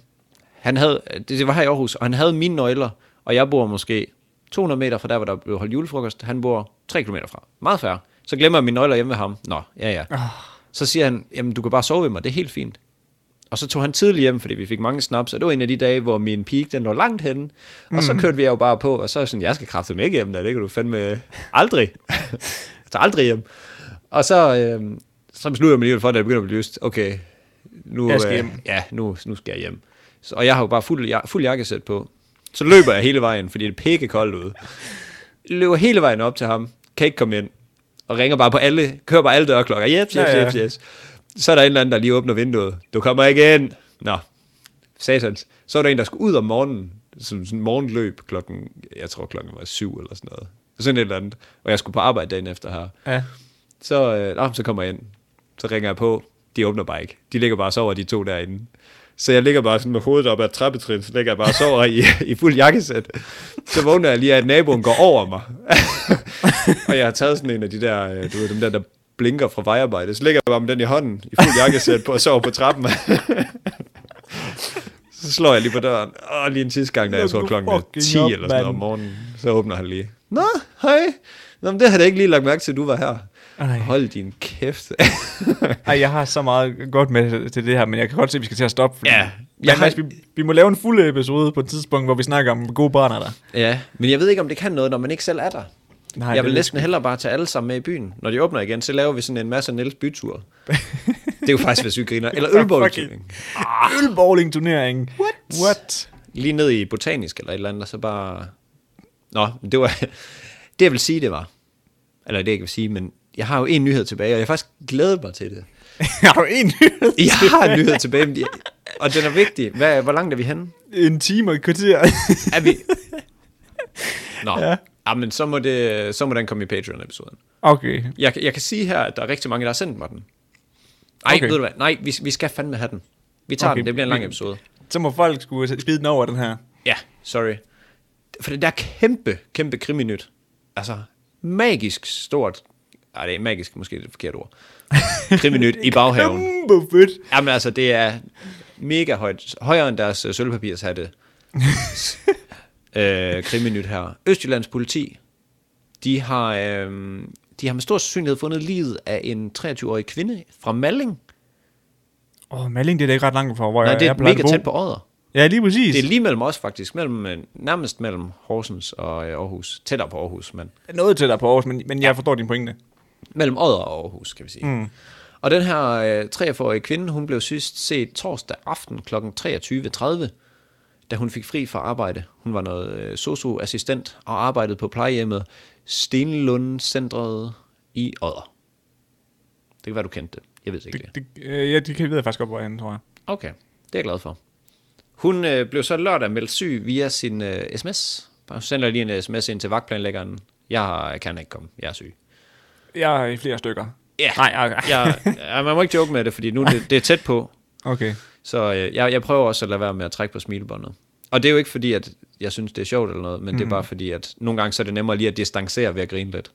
han havde, det, det var her i Aarhus, og han havde mine nøgler, og jeg bor måske 200 meter fra der, hvor der blev holdt julefrokost. Han bor 3 km fra. Meget færre. Så glemmer jeg mine nøgler hjemme ved ham. Nå, ja, ja. Så siger han, jamen du kan bare sove ved mig, det er helt fint. Og så tog han tidligt hjem, fordi vi fik mange snaps, og det var en af de dage, hvor min peak, den lå langt henne. Og så kørte vi jo bare på, og så er jeg sådan, jeg skal kraftigt med ikke hjem, der, det kan du fandme aldrig. jeg tager aldrig hjem. Og så, øh, så beslutter jeg mig alligevel for, at det begynder at blive lyst. Okay, nu, Jeg skal øh, hjem. Ja, nu, nu skal jeg hjem. Så, og jeg har jo bare fuld, jak- fuld jakkesæt på. Så løber jeg hele vejen, fordi det er pikke koldt ude. Løber hele vejen op til ham, kan ikke komme ind, og ringer bare på alle, kører bare alle dørklokker. Jeps, jeps, Ja, ja. jeps, jeps. Så er der en eller anden, der lige åbner vinduet. Du kommer ikke ind. Nå, satans. Så var der en, der skulle ud om morgenen, som sådan morgenløb klokken, jeg tror klokken var syv eller sådan noget. Sådan et eller andet. Og jeg skulle på arbejde dagen efter her. ja. Så, øh, nå, så kommer jeg ind. Så ringer jeg på. De åbner bare ikke. De ligger bare og sover, de to derinde. Så jeg ligger bare sådan med hovedet op ad et trappetrin, så ligger jeg bare og sover i, i fuld jakkesæt. Så vågner jeg lige, af, at naboen går over mig. og jeg har taget sådan en af de der, øh, du ved, dem der, der blinker fra vejarbejde. Så ligger jeg bare med den i hånden, i fuld jakkesæt på og sover på trappen. så slår jeg lige på døren. Og lige en sidste gang, da jeg Luk tror nu klokken er fucking 10 op, eller sådan noget om mand. morgenen, så åbner han lige. Nå, hej. Nå, men det havde jeg ikke lige lagt mærke til, at du var her. Ej. Hold din kæft. Ej, jeg har så meget godt med til det her, men jeg kan godt se, at vi skal til at stoppe. Fordi... Ja. Jeg Jeg har... har- vi, vi må lave en fuld episode på et tidspunkt, hvor vi snakker om gode brænder der. ja, men jeg ved ikke, om det kan noget, når man ikke selv er der. Nej, Nej, jeg det vil er næsten hellere bare tage alle sammen med i byen. Når de åbner igen, så laver vi sådan en masse Niels bytur. det er jo faktisk, hvad syg griner. Eller ølbowling. Ølbowling turnering. What? What? Lige ned i botanisk eller et eller andet, og så bare... Nå, men det var... Det jeg vil sige, det var... Eller det jeg ikke vil sige, men jeg har jo en nyhed tilbage, og jeg har faktisk glædet mig til det. har du en nyhed? Jeg har en nyhed tilbage, men jeg- og den er vigtig. Hvad, hvor langt er vi henne? En time og et kvarter. Er vi... Nå, Ja. ja. men så må, det, så må den komme i Patreon-episoden. okay. Jeg, kan- jeg kan sige her, at der er rigtig mange, der har sendt mig den. Ej, Okay. okay. ved du hvad? Nej, vi, vi skal fandme have den. Vi tager Okay, okay. den, det bliver en lang vi- episode. Så må folk skulle bide den over den her. Ja, sorry. For det der kæmpe, kæmpe kriminyt. Altså, magisk stort. Nej, det er magisk, måske det er det forkerte ord. Kriminyt i baghaven. Kæmpe fedt. Jamen altså, det er mega højt. Højere end deres øh, sølvpapirshatte. øh, kriminyt her. Østjyllands politi, de har, øh, de har med stor sandsynlighed fundet livet af en 23-årig kvinde fra Malling. Åh, oh, Malling, det er da ikke ret langt fra, hvor Nej, jeg det er jeg plejer at mega bo. tæt på Odder. Ja, lige præcis. Det er lige mellem os faktisk, mellem, øh, nærmest mellem Horsens og øh, Aarhus. Tættere på Aarhus, men noget til dig på Aarhus, men, men jeg forstår din pointe. mellem Odder og Aarhus, kan vi sige. Mm. Og den her øh, 43-årige kvinde, hun blev sidst set torsdag aften kl. 23.30, da hun fik fri fra arbejde. Hun var noget øh, socioassistent og arbejdede på plejehjemmet Stenlund Centret i Odder. Det kan være, du kendte det. Jeg ved ikke det. Det, øh, ja, det kan jeg vide faktisk godt, hvor jeg er henne, tror jeg. Okay, det er jeg glad for. Hun øh, blev så lørdag meldt syg via sin øh, sms. Hun sender lige en sms ind til vagtplanlæggeren. Jeg kan ikke komme, jeg er syg. Jeg er i flere stykker. Ja, Nej, okay. jeg, jeg, man må ikke joke med det, fordi nu er det, det er tæt på. Okay. Så øh, jeg, jeg prøver også at lade være med at trække på smilebåndet. Og det er jo ikke fordi, at jeg synes, det er sjovt eller noget, men mm. Mm-hmm. det er bare fordi, at nogle gange så er det nemmere lige at distancere ved at grine lidt.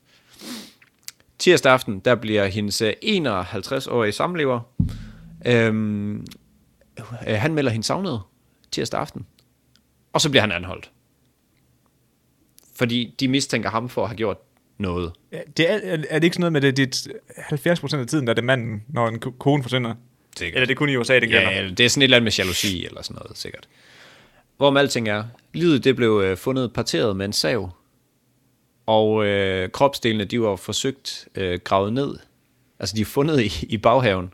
Tirsdag aften, der bliver hendes øh, 51-årige samlever. Øhm, øh, han melder hende savnet tirsdag aften. Og så bliver han anholdt. Fordi de mistænker ham for at have gjort noget. Ja, Det er, er- er det ikke sådan noget med, det, det er 70% af tiden, der er det manden, når en ko- kone forsvinder? Sikkert. Eller det er kun i USA, det gælder. Ja, eller det er sådan et eller andet med jalousi eller sådan noget, sikkert. Hvorom alting er, livet det blev øh, fundet parteret med en sav, og øh, kropsdelene de var forsøgt øh, gravet ned. Altså de er fundet i, i baghaven,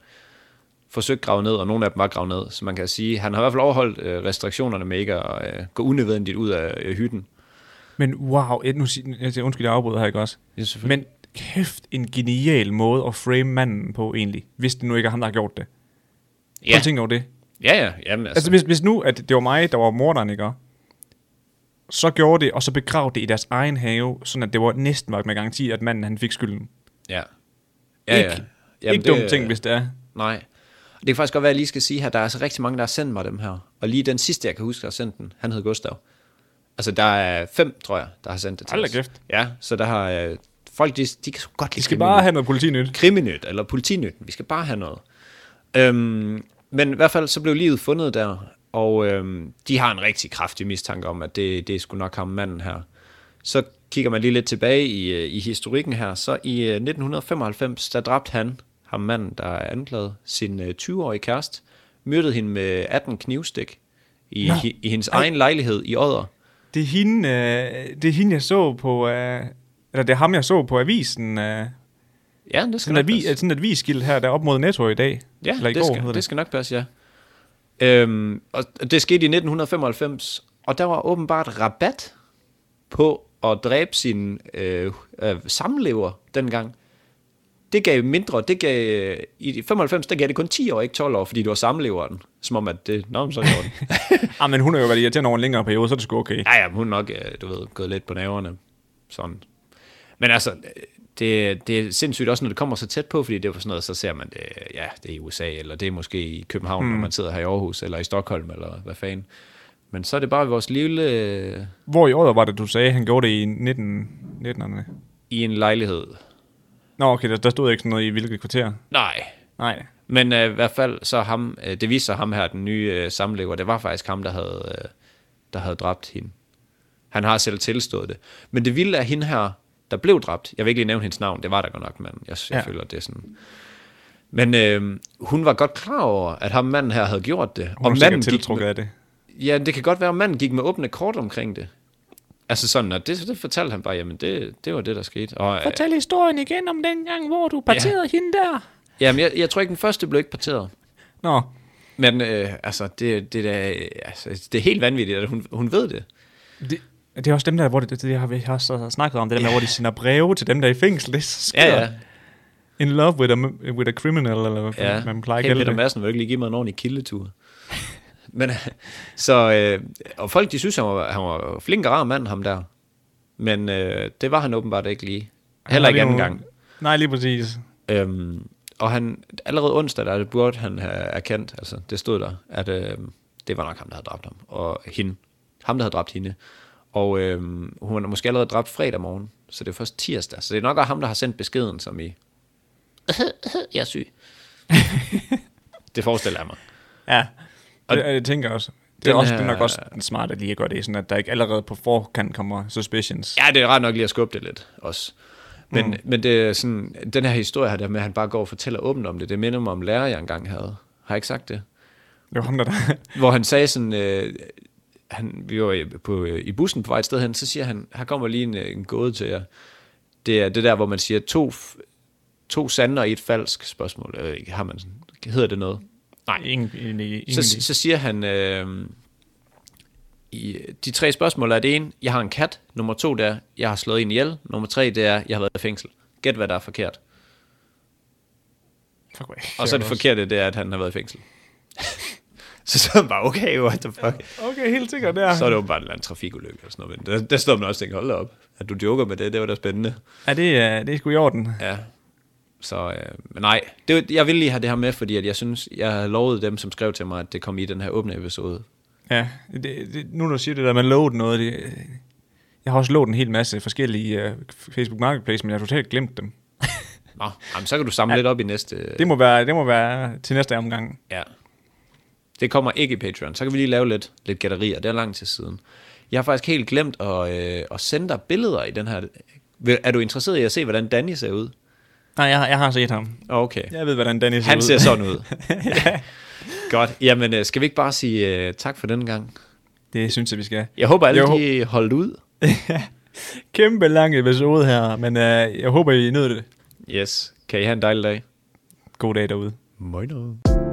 forsøgt gravet ned, og nogle af dem var gravet ned. Så man kan sige, han har i hvert fald overholdt øh, restriktionerne med ikke at øh, gå unødvendigt ud af øh, hytten. Men wow, et, nu, sig- jeg siger, undskyld, jeg afbryder her, ikke også? Ja, selvfølgelig. Men kæft, en genial måde at frame manden på egentlig, hvis det nu ikke er ham, der har gjort det. Ja. Prøv Ja. at tænke over det. Ja, ja. Jamen, altså, Altså, hvis, hvis nu, at det var mig, der var morderen, ikke? også? Så gjorde det, og så begravede det i deres egen have, sådan at det var næsten var med garanti, at manden han fik skylden. ja. ikke- ikke dumt ting, hvis det er. Nej. Og Det kan faktisk godt være, at jeg lige skal sige her, der er altså rigtig mange, der har sendt mig dem her. Og lige den sidste, jeg kan huske, der har sendt den, han hed Gustav. Altså, der er fem, tror jeg, der har sendt det til Hold da os. kæft. Ja, så der har... Øh, folk, de, de kan sgu godt lide De skal bare have noget politinyt. kriminyt eller politinyt. Vi skal bare have noget. Øhm, men i hvert fald, så blev livet fundet der, og øhm, de har en rigtig kraftig mistanke om, at det, det er sgu nok ham manden her. Så kigger man lige lidt tilbage i, øh, i historikken her, så i øh, 1995, der dræbte han, ham manden, der er anklaget, sin øh, 20-årige kæreste, myrdede hende med 18 knivstik i, Nå. i, i hendes Ej. egen lejlighed i Odder. Det er hende, øh, det er hende jeg så på... Øh, eller det er ham, jeg så på avisen. Øh, Ja, det skal sådan, et nok avi, øh, passe. sådan et aviskilt her, der er op mod Netto i dag. Ja, eller i det, går, skal, hedder det. det. det skal nok passe, ja. Øhm, og det skete i 1995, og der var åbenbart rabat på at dræbe sin øh, øh, samlever dengang. Det gav mindre, det gav, øh, i 95, der gav det kun 10 år, ikke 12 år, fordi du var samleveren. Som om, at det, nå, men så gjorde det. Ah, men hun har jo været irriterende over en længere periode, så er det sgu okay. ja, ja, men hun er nok, øh, du ved, gået lidt på naverne. Sådan. Men altså, øh, det, det er sindssygt også, når det kommer så tæt på, fordi det er jo sådan noget, så ser man det, ja, det er i USA, eller det er måske i København, mm. når man sidder her i Aarhus, eller i Stockholm, eller hvad fanden. Men så er det bare vores lille, øh, Hvor i året var det, du sagde, han gjorde det i 19, 19'erne? i en lejlighed. Nå, okay, der, der stod ikke sådan noget i hvilket kvarter. Nej. Nej. Men øh, i hvert fald, så ham, øh, det viste sig ham her, den nye øh, samlever, det var faktisk ham, der havde, øh, der havde dræbt hende. Han har selv tilstået det. Men det vilde er hende her, der blev dræbt. Jeg vil ikke lige nævne hendes navn, det var der godt nok, men jeg, jeg Ja. ja. føler, det er sådan. Men øh, hun var godt klar over, at ham manden her havde gjort det. Hun og manden manden tiltrukket af det. Ja, det kan godt være, at manden gik med åbne kort omkring det. Altså sådan, og det, det fortalte han bare, jamen det, det var det, der skete. Og, øh, Fortæl historien igen om den gang, hvor du parterede ja. hende der. jamen, jeg, jeg tror ikke, den første blev ikke parteret. Nå, Men øh, altså, det, det, er, da- altså, det er helt vanvittigt, at hun, hun ved det. det, det er også dem der, hvor det, det, det har vi også snakket om, det der med, hvor de sender breve til dem, der er i fængsel. Det er så skørt. Ja, ja. In love with a, with a criminal, eller hvad ja. ja. man plejer at Hey, kalde Peter det. Madsen vil ikke lige give mig en ordentlig kildetur. Men, øh, så, øh, og folk, de synes, han var, han var flink og rar mand, ham der. Men øh, det var han åbenbart ikke lige. Heller Han ikke har anden lige gang. nogle- Nej, lige præcis. Øhm, og han, allerede onsdag, der det burde han have erkendt, altså det stod der, at øh, det var nok ham, der havde dræbt ham, og hende. Ham, der havde dræbt hende. Og øh, hun har måske allerede dræbt fredag morgen, så det er først tirsdag. Så det er nok også ham, der har sendt beskeden, som i, Jeg er syg. det forestiller jeg mig. Ja, Og og det, jeg tænker jeg også. Det er, den også, det er her- nok også smart at lige at gøre det, sådan at der ikke allerede på forkant kommer suspicions. Ja, det er ret nok lige at skubbe det lidt også. Men, mm. men det er sådan, den her historie her, der med, at han bare går og fortæller åbent om det, det minder mig om lærer, jeg engang havde. Har jeg ikke sagt det? Det var ham, der, der hvor han sagde sådan, øh, han, vi var i- på, øh, i bussen på vej et sted hen, så siger han, her kommer lige en, øh, en gåde til jer. Det er det der, hvor man siger, to, f- to sande og et falsk spørgsmål. Jeg ved ikke, har man sådan, hedder det noget? Nej, ingen, ingen, ingen Så, så siger han, øh, i, de tre spørgsmål er det ene, jeg har en kat. Nummer to, det er, jeg har slået en ihjel. Nummer tre, det er, jeg har været i fængsel. Gæt, hvad der er forkert. Fuck, hvor er Og så er det forkerte, det er, at han har været i fængsel. så så er han bare, okay, what the fuck. Okay, helt sikkert, der. så er det åbenbart en eller anden trafikulykke eller sådan noget. Men der, der står man også og tænker, hold da op, at du joker med det, det var da spændende. Ja, det, er, det er sgu i orden. Ja. Så øh, men nej, det, var- jeg ville lige have det her med, fordi at jeg synes, jeg lovede dem, som skrev til mig, at det kom i den her åbne episode. Ja, det, det, nu når du siger det der med load noget, det, øh, jeg har også lovet en hel masse forskellige uh, Facebook Marketplace, men jeg har totalt glemt dem. Nå, jamen, så kan du samle ja. lidt op i næste... Det må være, det må være til næste omgang. Ja. Det kommer ikke i Patreon. Så kan vi lige lave lidt, lidt gætterier. Det er lang tid siden. Jeg har faktisk helt glemt at, øh, at sende dig billeder i den her... Vil- Er du interesseret i at se, hvordan Danny ser ud? Nej, jeg, har- jeg har set ham. Okay. Jeg ved, hvordan Danny ser Han ud. ser sådan ud. Godt. Jamen, øh, skal vi ikke bare sige øh, tak for den gang? Det synes jeg, vi skal. Jeg håber, alle Jeg hå- de holdt ud. Kæmpe lang episode her, men øh, jeg håber, I nød det. Yes. Kan I have en dejlig dag? God dag derude. Moin.